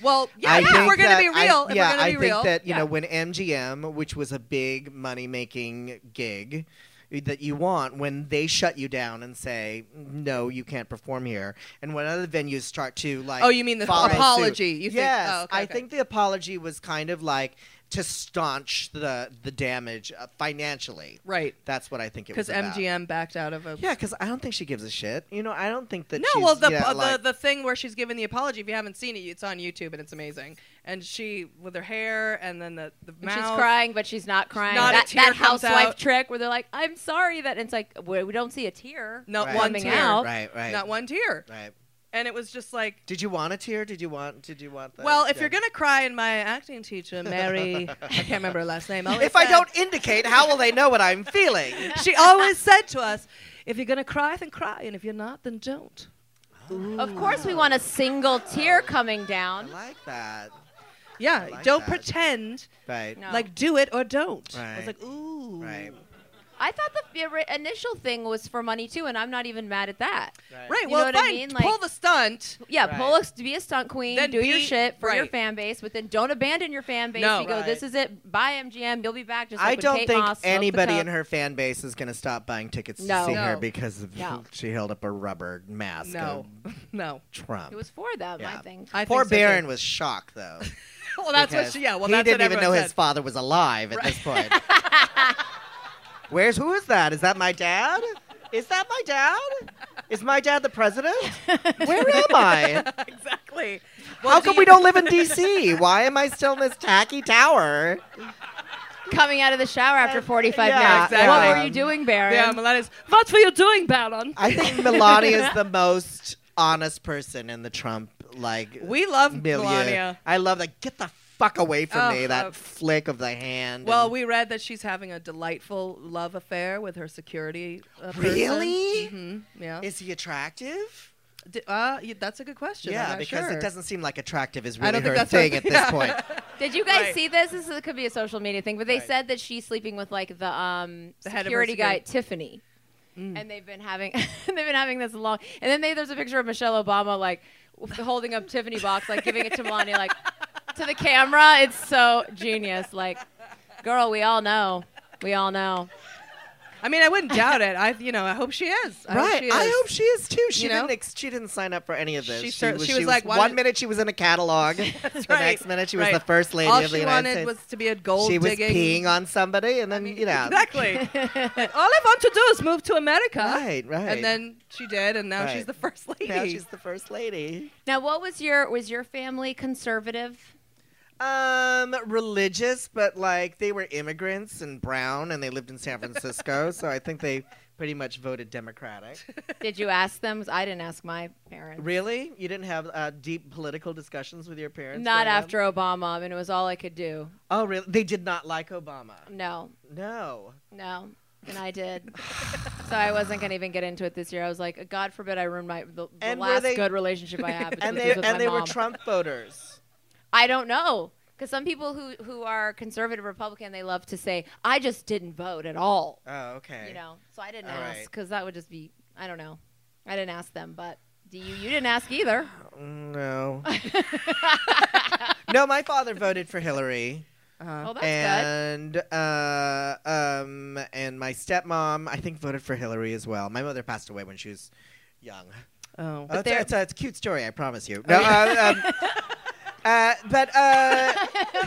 C: Well, yeah,
F: I
C: if
F: think
C: we're gonna
F: that
C: be
F: I-
C: real. if
F: yeah,
C: we're gonna
F: I
C: be
F: think
C: real.
F: that you
C: yeah.
F: know when MGM, which was a big money making gig that you want, when they shut you down and say no, you can't perform here, and when other venues start to like
C: Oh, you mean the
F: follow
C: apology.
F: suit.
C: You think-
F: yes,
C: oh, okay,
F: I
C: okay.
F: think the apology was kind of like to staunch the the damage uh, financially.
C: right
F: That's what I think it was
C: because
F: about.
C: MGM backed out of a
F: Yeah, because I don't think she gives a shit. You know, I don't think that.
C: No,
F: she's,
C: well, the,
F: yeah,
C: uh,
F: like-
C: the the thing where she's giving the apology. If you haven't seen it, it's on YouTube and it's amazing. And she with her hair and then the the
B: And
C: mouth.
B: She's crying, but she's not crying.
C: Not a
B: that
C: tear
B: that
C: comes
B: housewife
C: out.
B: trick where they're like, I'm sorry that it's like, we, we don't see a tear.
C: Not
F: Right.
C: one
B: Coming
C: tear.
B: out.
F: right, right,
C: Not one tear.
F: right.
C: And it was just like.
F: Did you want a tear? Did you want? Did you want? The,
C: Well, if you're
F: yeah.
C: gonna cry, and my acting teacher Mary, I can't remember her last name. always
F: if I
C: said-
F: don't indicate, how will they know what I'm feeling?
C: she always said to us, "If you're gonna cry, then cry, and if you're not, then don't."
B: Of course, we want a single tear coming
F: I
B: down.
F: like that.
C: Yeah,
F: like
C: don't
F: that.
C: pretend.
F: Right.
B: No.
C: Like do it or don't. I
F: Right.
C: was like, ooh.
F: Right.
B: I thought the ori- initial thing was for money too, and I'm not even mad at that.
C: Right.
B: You
C: well,
B: know what I
C: fine.
B: mean? Like-
C: pull the stunt.
B: Yeah,
F: Right.
B: pull a, be a stunt queen,
C: Then
B: do your
C: be-
B: shit for your
C: right.
B: fan base, but then don't abandon your fan base.
C: No.
B: you go,
F: Right.
B: this is it. Buy MGM, you'll be back. Just like
F: I
B: with
F: don't
B: Kate
F: think
B: Moss, smoke the
F: anybody in
B: coke.
F: her fan base is going to stop buying tickets
B: No.
F: to see her
C: No.
F: because of-
B: No.
F: she held up a rubber mask
C: No,
F: of
C: no.
F: Trump.
B: It was for them, I
F: Yeah.
B: think.
C: I
F: Poor
C: think so, too.
F: Barron was shocked though.
C: Well, that's what
F: because
C: she. Yeah. Well,
F: he
C: that's
F: didn't
C: what
F: even know
C: everyone
F: his
C: said.
F: father was alive at this point. Where's who is that? Is that my dad? Is that my dad? Is my dad the president? Where am I?
C: exactly.
F: How come we don't live in D.C.? Why am I still in this tacky tower?
B: Coming out of the shower after 45
F: Yeah,
B: minutes. What
F: exactly.
B: were you doing, Baron?
C: Yeah, Melania's. What were you doing, Baron?
F: I think Melania is the most honest person in the Trump like
C: We love
F: milieu.
C: Melania.
F: I love that. Get the fuck away from
C: Oh,
F: me, that
C: oh.
F: flick of the hand.
C: Well,
F: and-
C: we read that she's having a delightful love affair with her security. Uh, person.
F: Really?
C: Mhm, Yeah.
F: Is he attractive?
C: D- uh, y- that's a good question. I'm
F: Yeah,
C: not
F: because
C: sure.
F: it doesn't seem like attractive is
C: I
F: really
C: don't think
F: her
C: that's her
F: thing at
C: thing.
F: this point.
B: Did you guys
C: Right.
B: see this? This is, could be a social media thing, but they
F: Right.
B: said that she's sleeping with like the um
C: The head of Mm. her
B: security guy
C: security-
B: Tiffany, and they've been having they've been having this long. And then they, there's a picture of Michelle Obama like w- holding up Tiffany box, like giving it to Melania, like to the camera. It's so genius. Like, girl, we all know, we all know.
C: I mean, I wouldn't doubt it. I, you know, I hope she is. I Hope
F: right.
C: she is.
F: I hope she is too. She
C: You know?
F: didn't. Ex- she didn't sign up for any of this.
C: She cer- she was like, why
F: one
C: did-
F: minute she was in a catalog, the
C: Right,
F: next minute she was
C: right.
F: the first lady
C: All
F: of the
C: she
F: United
C: wanted
F: States.
C: was to be a gold
F: she was
C: digging.
F: peeing on somebody, and then you know,
C: Exactly. Like, all I want to do is move to America.
F: right, right.
C: And then she did, and now she's
F: Right.
C: the first lady.
F: now she's the first lady.
B: Now, what was your was your family conservative?
F: Um, religious, but like they were immigrants and brown, and they lived in San Francisco, so I think they pretty much voted Democratic.
B: Did you ask them? 'Cause I didn't ask my parents.
F: Really? You didn't have uh, deep political discussions with your parents?
B: Not
F: growing up?
B: after Obama. I mean, it was all I could do.
F: Oh, really? They did not like Obama.
B: No,
F: No.
B: No, and I did. so I wasn't gonna even get into it this year. I was like, God forbid I ruined my the, the
F: And were
B: last
F: they-
B: good relationship I had.
F: And
B: which
F: they
B: was with my
F: and they were
B: mom.
F: Trump voters.
B: I don't know. Because some people who, who are conservative Republican, they love to say, I just didn't vote at all.
F: Oh, okay.
B: You know, so I didn't
F: All
B: ask
F: right.
B: because that would just be, I don't know. I didn't ask them, but do you? You didn't ask either.
F: Mm, No. no, my father voted for Hillary.
B: Oh, that's good.
F: and uh, um, and my stepmom, I think, voted for Hillary as well. My mother passed away when she was young.
C: Oh.
F: Oh, it's,
B: they're- Oh,
F: a, it's, a, it's a cute story, I promise you. No, uh, um, uh, but uh,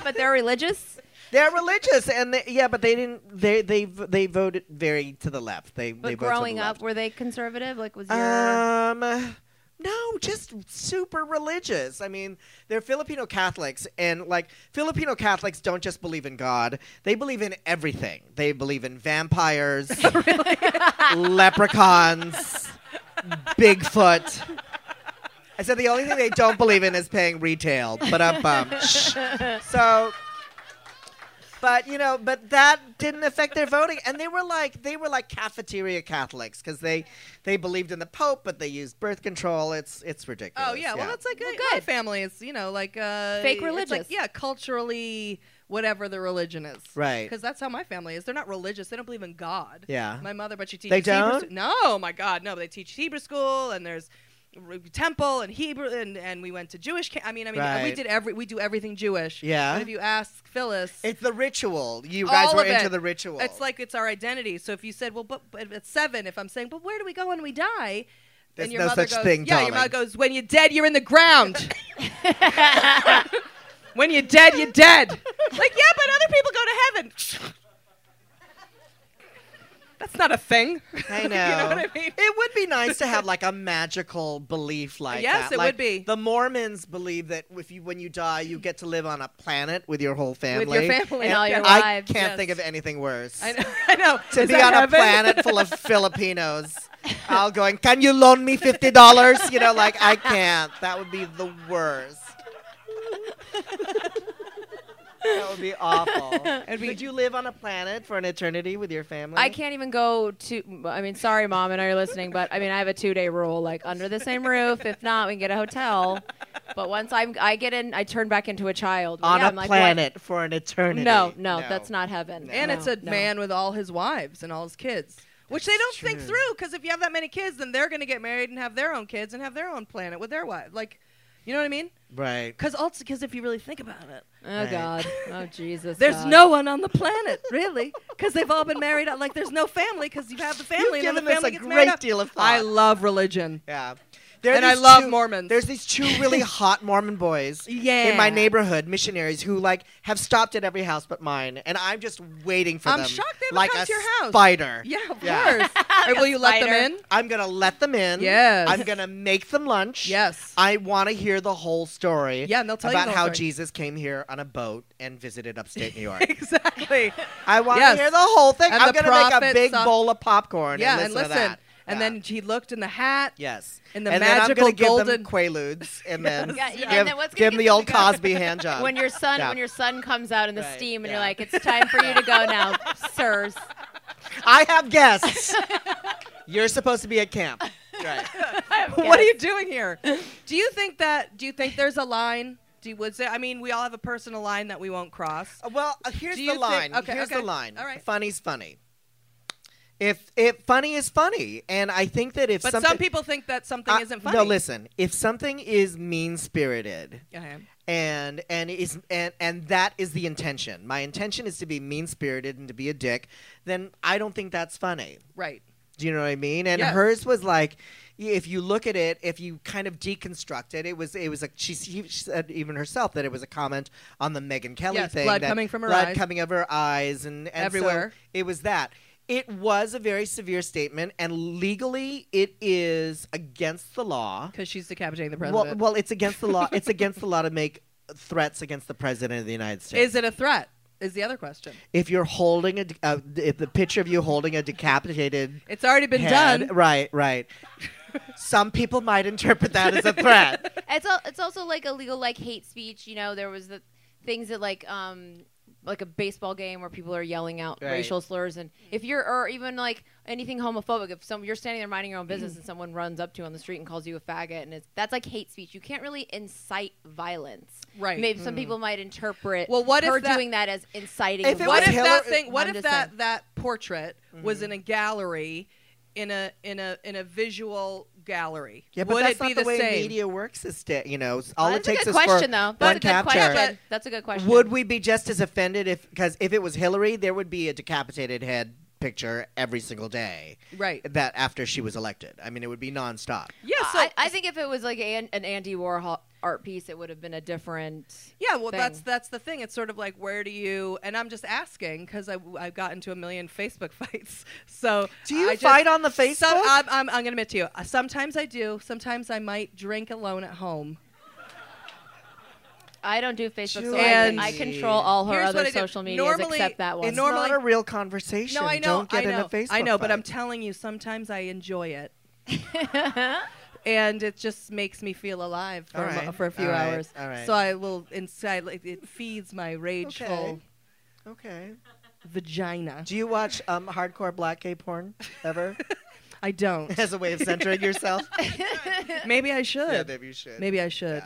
B: but they're religious.
F: they're religious, and they, yeah, but they didn't. They they v- they voted very to the left. They
B: But
F: they vote to the
B: growing up,
F: left.
B: were they conservative? Like, was your
F: Um, no, just super religious. I mean, they're Filipino Catholics, and like Filipino Catholics don't just believe in God; they believe in everything. They believe in vampires, leprechauns, Bigfoot. I said the only thing they don't believe in is paying retail, but um, bum. Shh. so. But you know, but that didn't affect their voting, and they were like they were like cafeteria Catholics because they they believed in the Pope, but they used birth control. It's it's ridiculous.
C: Oh yeah, well that's like
B: Well,
C: my- my
B: good.
C: family is you know like uh,
B: Fake
C: it's like,
B: religious.
C: yeah, culturally whatever the religion is,
F: Right.
C: Because that's how my family is. They're not religious. They don't believe in God.
F: Yeah.
C: my mother, but she teaches.
F: They
C: Hebrew
F: don't?
C: stu- no, my God, no. But they teach Hebrew school, and there's r- temple and Hebrew, and, and we went to Jewish. Ca- I mean, I mean, we
F: Right.
C: did every we do everything Jewish.
F: Yeah.
C: But if you ask Phyllis,
F: it's the ritual. You guys
C: all
F: were
C: of
F: into
C: it.
F: the ritual.
C: It's like it's our identity. So if you said, well, but, but at seven, if I'm saying, but where do we go when we die?
F: There's
C: and your
F: no
C: mother
F: such
C: goes,
F: thing,
C: yeah, your mother
F: darling."
C: goes, when you're dead, you're in the ground. when you're dead, you're dead. like, yeah, but other people go to heaven. That's not a thing.
F: I know.
C: you know what I mean?
F: It would be nice to have like a magical belief like
C: Yes,
F: that.
C: it would
F: Like,
C: be.
F: The Mormons believe that if you when you die, you get to live on a planet with your whole family.
C: With your family.
B: And all
C: yeah.
B: your
F: I
B: wives,
F: can't
C: yes.
F: think of anything worse.
C: I know. I know.
F: to
C: Is
F: be
C: that
F: on a
C: heaven?
F: planet full of Filipinos, all going, "Can you loan me fifty dollars?" You know, like I can't. That would be the worst. that would be awful.
C: It'd be-
F: Could you live on a planet for an eternity with your family?
B: I can't even go to. I mean, sorry, mom, I know you're listening, but I mean, I have a two day rule. Like under the same roof. If not, we can get a hotel. But once I'm, I get in, I turn back into a child.
F: on
B: Yeah,
F: a
B: I'm like, what?
F: planet for an eternity.
B: No, no, that's not heaven.
F: No.
C: and
B: No,
C: it's a
B: no.
C: man with all his wives and all his kids which they don't think through because if you have that many kids then they're going to get married and have their own kids and have their own planet with their wife like you know what i mean
F: right.
C: because also because if you really think about it
B: Oh God. Oh Jesus.
C: there's
B: God.
C: no one on the planet really because they've all been married out like there's no family because you have the family and
F: You've
C: then
F: given
C: the
F: us
C: family
F: a
C: gets married
F: great
C: up.
F: deal of thought.
C: i love religion
F: Yeah. There are
C: And I
F: these
C: love
F: two-
C: Mormons.
F: There's these two really hot Mormon boys in
C: Yeah.
F: my neighborhood, missionaries who like have stopped at every house but mine, and I'm just waiting for
C: I'm
F: them.
C: shocked they haven't
F: like
C: come
F: a
C: to your house.
F: spider.
C: yeah of
F: Yeah.
C: course or will you let them
B: spider.
C: in
F: I'm gonna let them in.
C: Yes.
F: I'm gonna make them lunch.
C: yes
F: I want to hear the whole story.
C: Yeah, and they'll tell you
F: about
C: the whole
F: how
C: story.
F: Jesus came here on a boat and visited upstate New York.
C: exactly
F: I want
C: Yes.
F: to hear the whole thing.
C: And
F: I'm
C: the
F: gonna make a
C: prophet
F: big
C: saw-
F: bowl of popcorn
C: yeah
F: and listen
C: and listen
F: to that.
C: And
F: Yeah.
C: then he looked in the hat.
F: Yes.
C: And the
F: and
C: magical
F: then I'm gonna
C: golden-
F: give them Quaaludes, and then
B: Yeah, yeah,
F: give,
B: and then what's
F: give
B: gonna get
F: them the old
B: them to go?
F: Cosby hand job.
B: when your son
F: Yeah.
B: when your son comes out in the
F: Right,
B: steam and
F: yeah.
B: you're like, it's time for you to go now, sirs.
F: I have guests. You're supposed to be at camp. Right.
C: what are you doing here? Do you think that? Do you think there's a line? Do you, was there, I mean, we all have a personal line that we won't cross.
F: Uh, Well, uh, here's
C: Do
F: the
C: you think-
F: line.
C: okay,
F: here's
C: okay.
F: the line.
C: All right.
F: Funny's funny. If if funny is funny, and I think that if
C: But
F: something,
C: some people think that something
F: I-
C: isn't funny.
F: No, listen. If something is mean spirited,
C: Okay.
F: and and is and and that is the intention. My intention is to be mean spirited and to be a dick. Then I don't think that's funny.
C: Right.
F: Do you know what I mean? And
C: Yes.
F: hers was like, y- if you look at it, if you kind of deconstruct it, it was it was a she, she said even herself that it was a comment on the Megan Kelly
C: Yes,
F: thing,
C: blood
F: that
C: coming from her
F: blood
C: eyes.
F: coming of her eyes, and, and so
C: Everywhere.
F: it was that. It was a very severe statement, and legally, it is against the law.
C: Because she's decapitating the
F: Well,
C: president.
F: well, it's against the law. It's against the law to make threats against the president of the United States.
C: is it a threat? Is the other question.
F: if you're holding a, de- uh, if the picture of you holding a decapitated
C: It's already been
F: head.
C: done.
F: Right, right. Some people might interpret that as a threat.
B: It's al- it's also like illegal like hate speech. You know, there was the things that like um like a baseball game where people are yelling out
F: Right.
B: racial slurs and if you're or even like anything homophobic if some you're standing there minding your own business and someone runs up to you on the street and calls you a faggot and it's that's like hate speech you can't really incite violence
C: Right.
B: maybe some people might interpret
C: Well, what if
B: her
C: that-
B: doing that as inciting
F: If it
C: what
F: was
B: violence.
C: if
F: Hillary-
C: that thing? What
B: I'm
C: if
B: just
C: that
B: saying.
C: that portrait was
F: Mm-hmm.
C: in a gallery, in a in a in a visual gallery?
F: Yeah, but
C: Would
F: that's
C: it
F: not
C: be
F: the, way
C: same?
F: media works. Is da- you know,
B: Well,
F: all it
B: that's a
F: takes
B: good
F: is
B: question
F: for
B: though
F: one
B: that's a good
F: capture.
B: question that's a good question
F: Would we be just as offended if because if it was Hillary, there would be a decapitated head picture every single day
C: Right.
F: that after she was elected. I mean, it would be nonstop.
C: Yeah. So
B: I, I think if it was like an, an Andy Warhol art piece, it would have been a different.
C: Yeah, well, that's
B: thing.
C: that's the thing. It's sort of like where do you? And I'm just asking because I I've gotten into a million Facebook fights. So
F: Do you
C: I just-
F: fight on the Facebook?
C: Some, I'm, I'm, I'm gonna admit to you. uh, Sometimes I do. Sometimes I might drink alone at home.
B: I don't do Facebook, so
C: And-
B: I, I control all her
C: Here's
B: other
C: what I do.
B: social medias
C: Normally-
B: except that one.
F: it's
C: normally-
F: not a real conversation.
C: No, I know.
F: Don't get
C: I know.
F: in a Facebook.
C: I know, but
F: fight.
C: I'm telling you, sometimes I enjoy it, and it just makes me feel alive for,
F: All
C: a mo-
F: right,
C: for a few
F: all right,
C: hours.
F: all right.
C: So I will inside. Like, it feeds my rageful
F: Okay. okay.
C: vagina.
F: Do you watch um, hardcore black gay porn ever
C: I don't.
F: as a way of centering yourself?
C: Maybe I should.
F: maybe you should.
C: Maybe I should.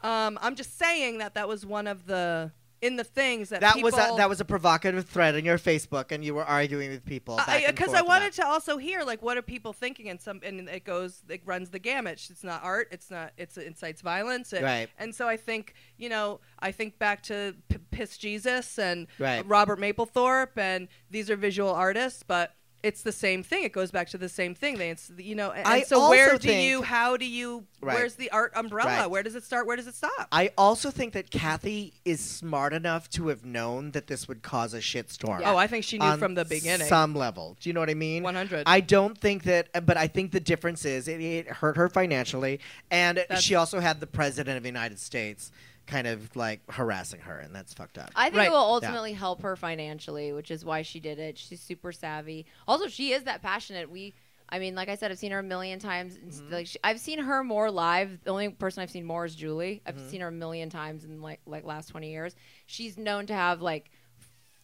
C: Um, I'm just saying that that was one of the in the things that
F: that
C: people,
F: was a, that was a provocative thread on your Facebook, and you were arguing with people.
C: because I, wanted to also hear like what are people thinking and some and it goes it runs the gamut. It's not art. It's not it's it incites violence. It-
F: Right.
C: And so I think you know I think back to P- Piss Jesus and
F: Right.
C: Robert Mapplethorpe and these are visual artists, but. It's the same thing. It goes back to the same thing. They, it's, you know, and,
F: I
C: and so where
F: also
C: do
F: think-
C: you, how do you,
F: Right.
C: where's the art umbrella?
F: Right.
C: Where does it start? Where does it stop?
F: I also think that Kathy is smart enough to have known that this would cause a shitstorm.
C: Oh, I think she knew
F: on
C: from the beginning.
F: Some level. Do you know what I mean?
C: 100.
F: I don't think that, but I think the difference is it, it hurt her financially, and
C: That's-
F: she also had the president of the United States kind of like harassing her, and that's fucked up.
B: I think
C: Right.
B: it will ultimately help her financially, which is why she did it. She's super savvy. Also, she is that passionate. We, I mean, like I said, I've seen her a million times. It's Like she, I've seen her more live. The only person I've seen more is Julie. I've seen her a million times in like like last twenty years. She's known to have like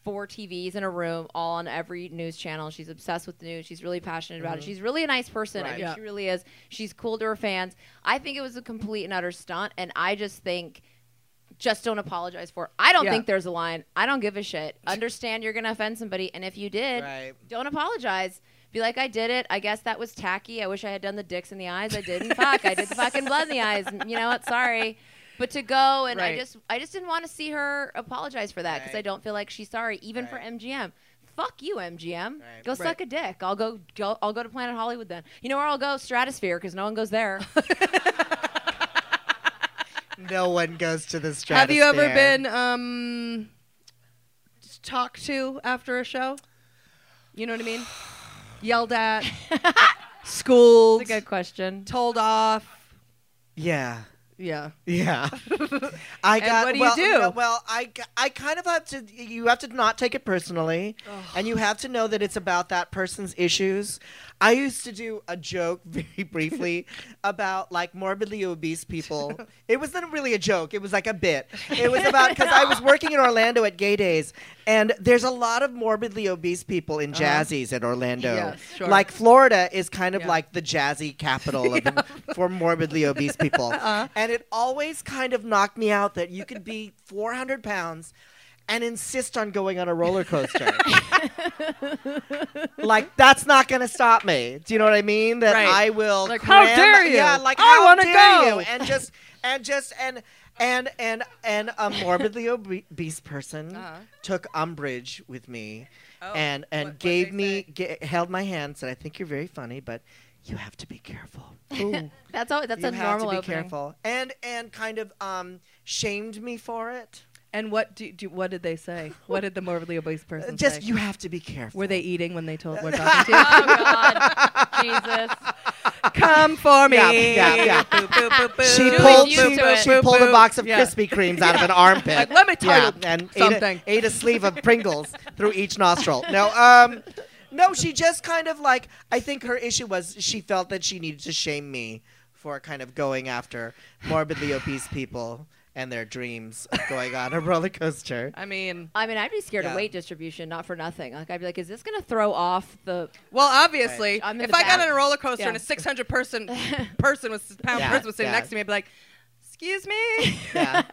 B: four TVs in a room, all on every news channel. She's obsessed with the news. She's really passionate about it. She's really a nice person. I
F: Right.
B: mean,
C: Yeah.
B: she really is. She's cool to her fans. I think it was a complete and utter stunt, and I just think just don't apologize for it. I don't
C: Yeah.
B: think there's a line. I don't give a shit. Understand you're going to offend somebody, and if you did,
F: Right.
B: don't apologize. Be like, I did it. I guess that was tacky. I wish I had done the dicks in the eyes. I didn't. Fuck. I did the fucking blood in the eyes. You know what? Sorry. But to go and
C: Right.
B: I just I just didn't want to see her apologize for that because I
F: Right.
B: don't feel like she's sorry even for
F: Right.
B: MGM. Fuck you, MGM.
F: Right.
B: Go suck a dick. I'll go, go. I'll go to Planet Hollywood then. You know where I'll go? Stratosphere because no one goes there.
F: no one goes to the stratosphere.
C: Have you ever been um, talked to after a show? You know what I mean? Yelled at, schooled,
B: That's a good question.
C: told off.
F: Yeah.
C: Yeah.
F: Yeah.
C: Uh-huh.
F: I
C: And
F: got
C: what do you
F: well,
C: do?
F: no, well, I g- I kind of have to you have to not take it personally and you have to know that it's about that person's issues. I used to do a joke very briefly about like morbidly obese people. It wasn't really a joke, it was like a bit. It was about cuz I was working in Orlando at Gay Days and there's a lot of morbidly obese people
C: Uh-huh.
F: in Jazzies at Orlando.
C: Yes, sure.
F: Like Florida is kind of
C: Yeah.
F: like the jazzy capital of the, for morbidly obese people.
C: Uh-huh.
F: And it always kind of knocked me out that you could be 400 pounds and insist on going on a roller coaster. like, that's not going to stop me. Do you know what I mean? That
C: Right.
F: I will.
C: Like, how
F: cram-
C: dare you?
F: Yeah, like,
C: I
F: how
C: wanna
F: dare
C: go.
F: You? And just, and just, and. And and and a morbidly obese person
C: Uh-huh.
F: took umbrage with me
C: Oh,
F: and
C: what-
F: and
C: what'd they
F: gave me g- held my hand said I think you're very funny but you have to be careful.
B: That's all. That's
F: you
B: a
F: have
B: normal
F: to be
B: opening.
F: careful and and kind of um shamed me for it.
C: And what do, do what did they say? What did the morbidly obese
F: Uh,
C: person say?
F: Just you have to be careful.
C: Were they eating when they told were talking to
B: Oh God, Jesus!
C: you? Come for me.
F: Yeah, yeah, yeah.
C: Boo, boo, boo, boo.
F: she
B: She was
F: pulled,
B: used
F: she,
B: to it.
F: she pulled a box of
C: Yeah.
F: Krispy Kremes out of an armpit.
C: Like, let me tell you
F: and
C: something.
F: Ate a, ate a sleeve of Pringles through each nostril. No, um, no, she just kind of like I think her issue was she felt that she needed to shame me for kind of going after morbidly obese people and their dreams of going on a roller coaster.
C: I mean,
B: I mean, I'd be scared
F: Yeah.
B: of weight distribution, not for nothing. Like I'd be like, is this gonna throw off the?
C: well, obviously,
B: I'm in
C: if
B: the
C: I got
B: back.
C: on a roller coaster
B: Yeah.
C: and a 600 person person was pound
F: Yeah,
C: person was sitting
F: yeah.
C: next to me, I'd be like, "Excuse me."
F: Yeah.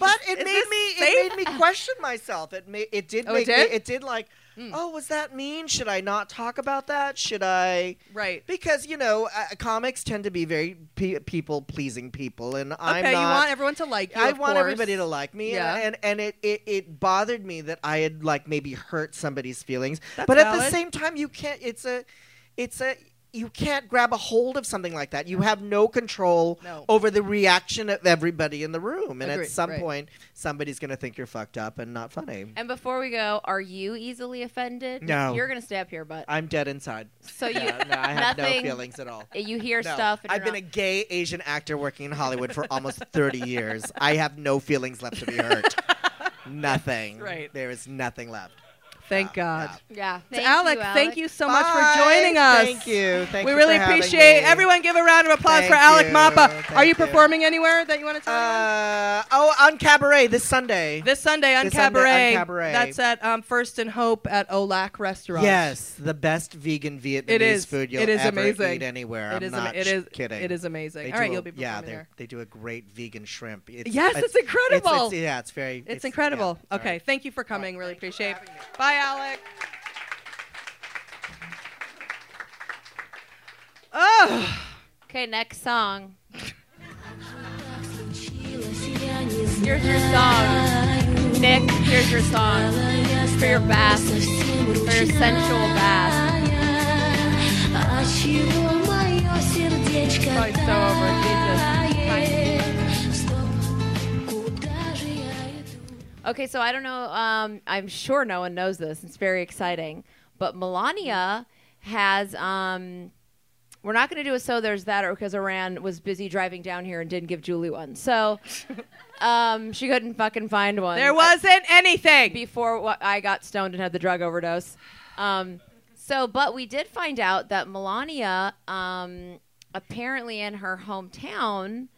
F: But it
C: Is
F: made
C: this
F: me
C: safe?
F: it made me question myself. It made it did
C: Oh, it
F: make
C: did? Hmm.
F: me it did like oh was that mean? Should I not talk about that? Should I
C: right.
F: because you know uh, comics tend to be very pe- people pleasing people and I'm
C: okay,
F: not
C: you want everyone to like you.
F: I
C: of
F: want
C: course.
F: everybody to like me,
C: Yeah.
F: and, and and it, it it bothered me that I had like maybe hurt somebody's feelings.
C: That's
F: but at the
C: valid.
F: same time, you can't. It's a, it's a. You can't grab a hold of something like that. You have no control
C: No.
F: over the reaction of everybody in the room, and
C: Agreed,
F: at some
C: right.
F: point, somebody's going to think you're fucked up and not funny.
B: And before we go, are you easily offended?
F: No.
B: You're gonna stay up here, but
F: I'm dead inside.
B: so you
F: Yeah, no, I have no
B: nothing-
F: feelings at all.
B: you hear
F: No.
B: stuff. And
F: I've
B: you're
F: been a
B: not-
F: gay Asian actor working in Hollywood for almost 30 years. I have no feelings left to be hurt. nothing.
C: right.
F: There is nothing left.
C: Thank God.
B: yeah.
C: So,
B: Thank
C: Alec,
B: you,
C: thank you so much
F: Bye.
C: for joining us.
F: Thank you. Thank
C: we
F: you
C: really
F: for having
C: appreciate
F: me.
C: everyone. Give a round of applause for Alec
F: Thank you.
C: Mappa. Are
F: Thank
C: you
F: you.
C: performing anywhere that you want to tell us?
F: Uh, oh, on Cabaret this Sunday.
C: This Sunday on
F: this Sunday
C: Cabaret.
F: on Cabaret.
C: That's at um, First and Hope at Olac Restaurant.
F: yes, the best vegan Vietnamese
C: is.
F: food you'll
C: It is
F: ever
C: amazing.
F: eat anywhere.
C: It
F: I'm
C: is. ama-
F: not
C: it
F: sh-
C: is
F: kidding.
C: It is amazing.
F: They
C: All right,
F: do a-
C: you'll be
F: yeah.
C: performing
F: they-
C: there.
F: They do a great vegan shrimp. It's,
C: Yes, it's incredible.
F: It's, yeah, it's very.
C: It's, incredible.
F: yeah,
C: okay,
F: sorry.
C: thank you for coming. Really appreciate. it. Bye, Alec. Oh,
B: Okay, next song.
G: Here's
B: Here's your song, Nick. Here's your song for your bath, for your sensual bath. Probably so over Jesus. Okay, so I don't know. Um, I'm sure no one knows this. It's very exciting. But Melania has. Um, we're not going to do a so there's that or because Iran was busy driving down here and didn't give Julie one. So um, she couldn't fucking find one.
H: Um,
C: there wasn't anything.
B: Before wh- I got stoned and had the drug overdose. Um, so, but we did find out that Melania, um, apparently in her hometown,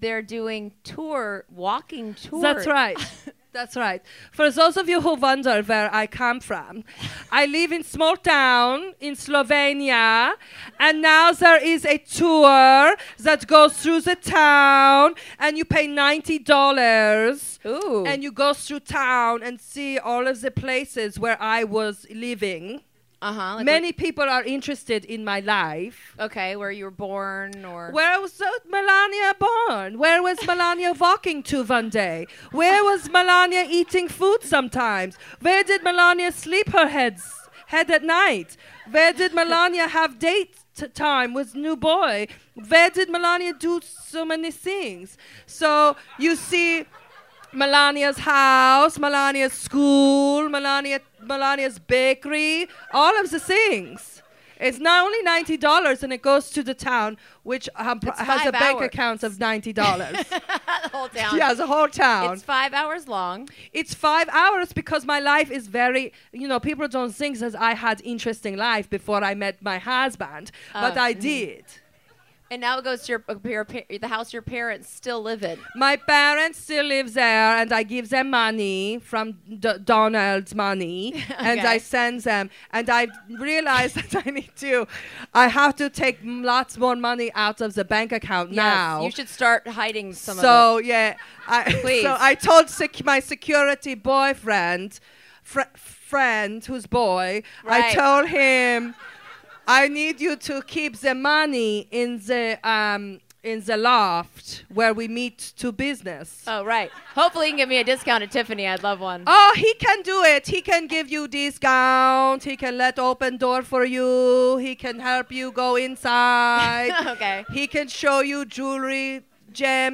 B: they're doing tour, walking tour.
H: Mm-hmm. That's right. That's right. For those of you who wonder where I come from, I live in small town in Slovenia, and now there is a tour that goes through the town, and you pay ninety dollars,
B: Ooh.
H: and you go through town and see all of the places where I was living.
B: uh huh.
H: Many people are interested in my life.
B: Okay, where you were born or
H: Where was uh, Melania born? Where was Melania walking to one day? Where was Melania eating food sometimes? Where did Melania sleep her heads, head at night? Where did Melania have date t- time with new boy? Where did Melania do so many things? So you see Melania's house, Melania's school, Melania, Melania's bakery, all of the things.
C: It's not only ninety dollars, and it goes to the town, which um, pr-
B: It's
C: has a
B: five
C: bank
B: hours.
C: account of ninety dollars.
B: the whole town.
C: yeah, the whole town.
B: It's five hours long.
C: it's five hours because my life is very you know people don't think that i had interesting life before i met my husband but
B: Oh.
C: i did
B: And now it goes to your, uh, your, pa- the house your parents still live in.
C: my parents still live there and i give them money from D- donald's money and i
B: Okay.
C: send them and i realized that i need to i have to take lots more money out of the bank account now
B: Yes, you should start hiding some
C: so
B: of
C: yeah, I,
B: Please.
C: so I told sec- my security boyfriend, fr- friend who's boy, I
B: Right.
C: told him, I need you to keep the money in the um, in the loft where we meet to business.
B: it. Oh, right. Hopefully you can give me a discount at Tiffany. I'd love one.
C: Oh, he can do it. He can give you discount. He can let open door for you. He can help you go inside.
B: okay.
C: He can show you jewelry,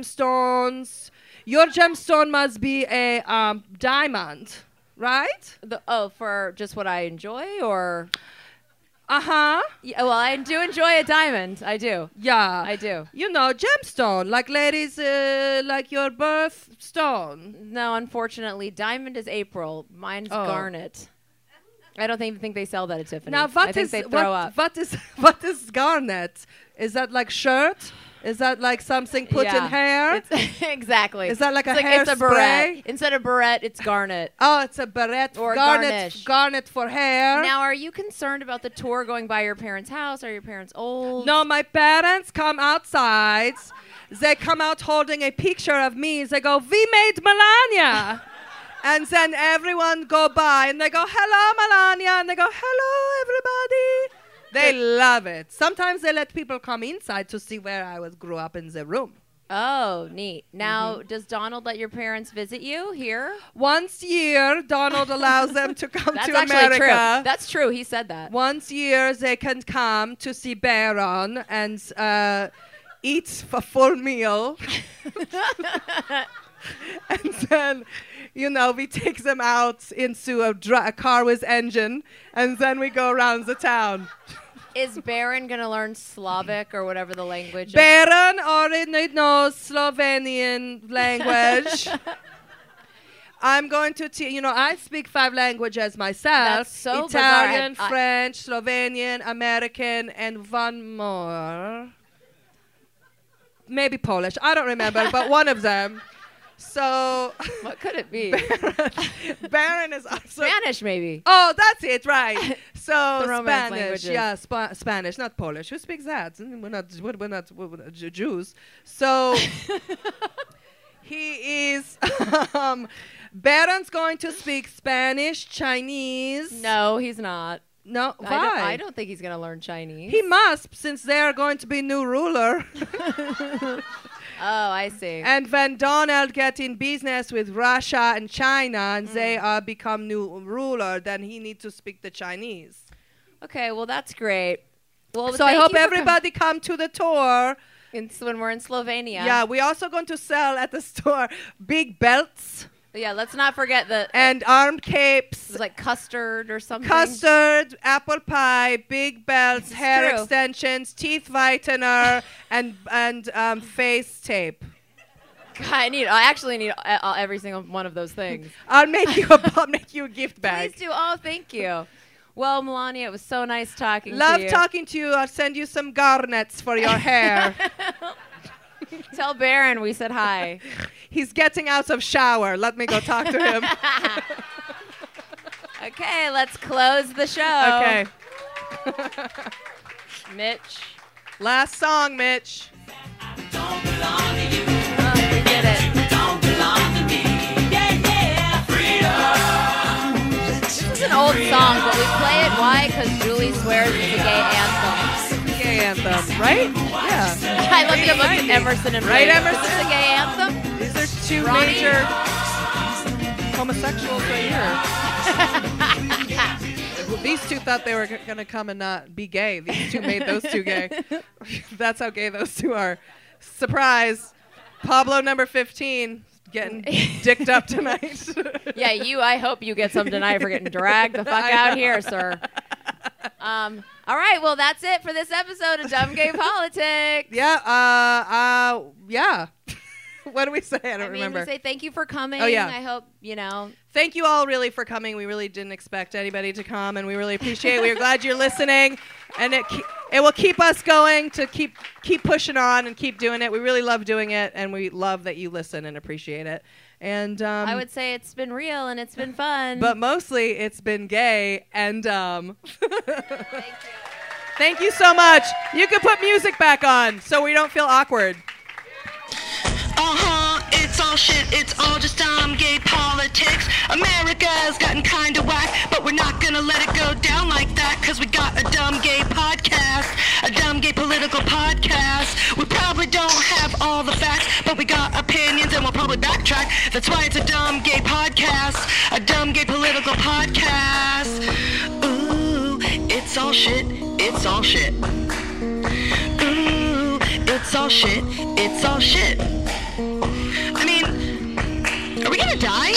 C: gemstones. Your gemstone must be a um, diamond, right?
B: The, oh, for just what I enjoy or?
C: Uh huh.
B: Yeah, well, I do enjoy a diamond. I do.
C: Yeah.
B: I do.
C: You know, gemstone, like ladies, uh, like your birthstone.
B: No, unfortunately, diamond is April. Mine's
C: Oh.
B: garnet. I don't even think they sell that at Tiffany.
C: Now,
B: I
C: what
B: think
C: is
B: they
C: what,
B: throw up.
C: what is what is garnet? Is that like shirt? Is that like something put in
B: Yeah.
C: hair?
B: It's- exactly.
C: Is that like a
B: it's It's a
C: hairspray?
B: barrette. Instead of barrette, it's garnet.
C: oh, it's a beret
B: Or
C: garnet,
B: garnish.
C: garnet for hair.
B: Now, are you concerned about the tour going by your parents' house? Are your parents old?
C: No, my parents come outside. They come out holding a picture of me. They go, "We made Melania," and then everyone go by and they go, "Hello, Melania," and they go, "Hello, everybody." They love it. Sometimes they let people come inside to see where I was grew up in the room.
B: Oh, neat. Now,
C: Mm-hmm.
B: does Donald let your parents visit you here?
C: Once year, Donald allows them to come
B: That's
C: to
B: actually
C: America.
B: true. That's true. He said that.
C: Once year, they can come to see Baron and uh, eat a full meal. and then, you know, we take them out into a, dr- a car with engine, and then we go around the town.
B: Is Baron gonna learn Slavic or whatever the language? is?
C: Baron already knows Slovenian language. I'm going to teach. You know, I speak five languages myself:
B: That's so bizarre.
C: Italian,
B: I-
C: French, Slovenian, American, and one more, maybe Polish. I don't remember, but one of them. So,
B: what could it be?
C: Baron is also.
B: Spanish, maybe.
C: Oh, that's it, right? So
B: The Romance
C: Spanish,
B: languages.
C: yeah, spa- Spanish, not Polish. Who speaks that? Mm, We're not, we're we're not, we're not Ju- Jews. So he is. Um, Baron's going to speak Spanish, Chinese.
B: No, he's not.
C: no,
B: I
C: why?
B: don't- I don't, think he's gonna learn Chinese.
C: He must, since they are going to be new ruler.
B: oh, I see.
C: and when Donald get in business with Russia and China,
B: Mm.
C: and they are become new ruler, then he need to speak the Chinese.
B: okay, well that's great. Well,
C: so I
B: thank
C: hope
B: you for
C: everybody come to the tour.
B: coming. It's when we're in Slovenia.
C: Yeah. we also going to sell at the store big belts
B: yeah. Let's not forget the
C: and arm capes,
B: it's like custard or something.
C: custard, apple pie, big belts,
B: is
C: hair
B: true.
C: extensions, teeth whitener, and and um, face tape.
B: God, I need. I actually need uh, uh, every single one of those things.
C: I'll make you a I'll make you a gift
B: Please
C: bag.
B: do. Oh, thank you. Well, Melania, it was so nice talking
C: Love
B: to you.
C: talking to you. I'll send you some garnets for your hair.
B: Tell Baron we said hi.
C: He's getting out of shower. Let me go talk to him.
B: Okay, let's close the show.
C: okay.
B: Mitch.
C: Last song, Mitch.
I: Don't belong to you.
B: Oh, we did it.
I: Don't belong to me. Yeah, yeah. Freedom.
B: This is an old song, but we play it. Why? Because Julie swears it's a gay anthem.
C: Gay anthem, E right? Yeah.
B: I love you to look at Emerson and
C: Right,
B: Raven.
C: Emerson?
B: Is this a gay anthem?
C: These are two
B: Ronnie?
C: major homosexuals right here. Well, These two thought they were g- gonna come and not be gay. These two made those two gay. That's how gay those two are. Surprise! Pablo number fifteen getting dicked up tonight.
B: Yeah, you. I hope you get some tonight for getting dragged the fuck out here, sir. Um, All right, well, that's it for this episode of Dumb Gay Politics.
C: Yeah. Uh. Uh. Yeah. what do we say? I don't
B: I mean,
C: remember.
B: we say thank you for coming.
C: Oh, yeah.
B: I hope, you know,
C: Thank you all really for coming. We really didn't expect anybody to come, and we really appreciate. it. We're glad you're listening, and it ke- it will keep us going to keep keep pushing on and keep doing it. We really love doing it, and we love that you listen and appreciate it. And um,
B: I would say it's been real and it's been fun.
C: but mostly it's been gay and um.
B: Thank you.
C: Thank you so much. You can put music back on so we don't feel awkward.
A: Uh-huh, it's all shit, it's all just dumb gay politics. America's gotten kinda whack, but we're not gonna let it go down like that, cause we got a dumb gay podcast, a dumb gay political podcast. We probably don't have all the facts, but we got opinions and we'll probably backtrack. That's why it's a dumb gay podcast, a dumb gay political podcast. Ooh, it's all shit, it's all shit. Ooh, it's all shit, it's all shit. I mean, are we gonna die?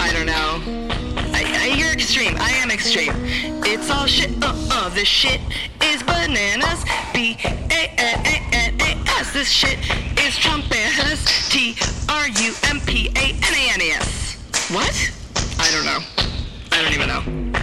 A: I don't know. I, I, you're extreme. I am extreme. It's all shit. Uh uh. This shit is bananas. B A N A N A S. This shit is Trumpanas. T R U M P A N A N A S. What? I don't know. I don't even know.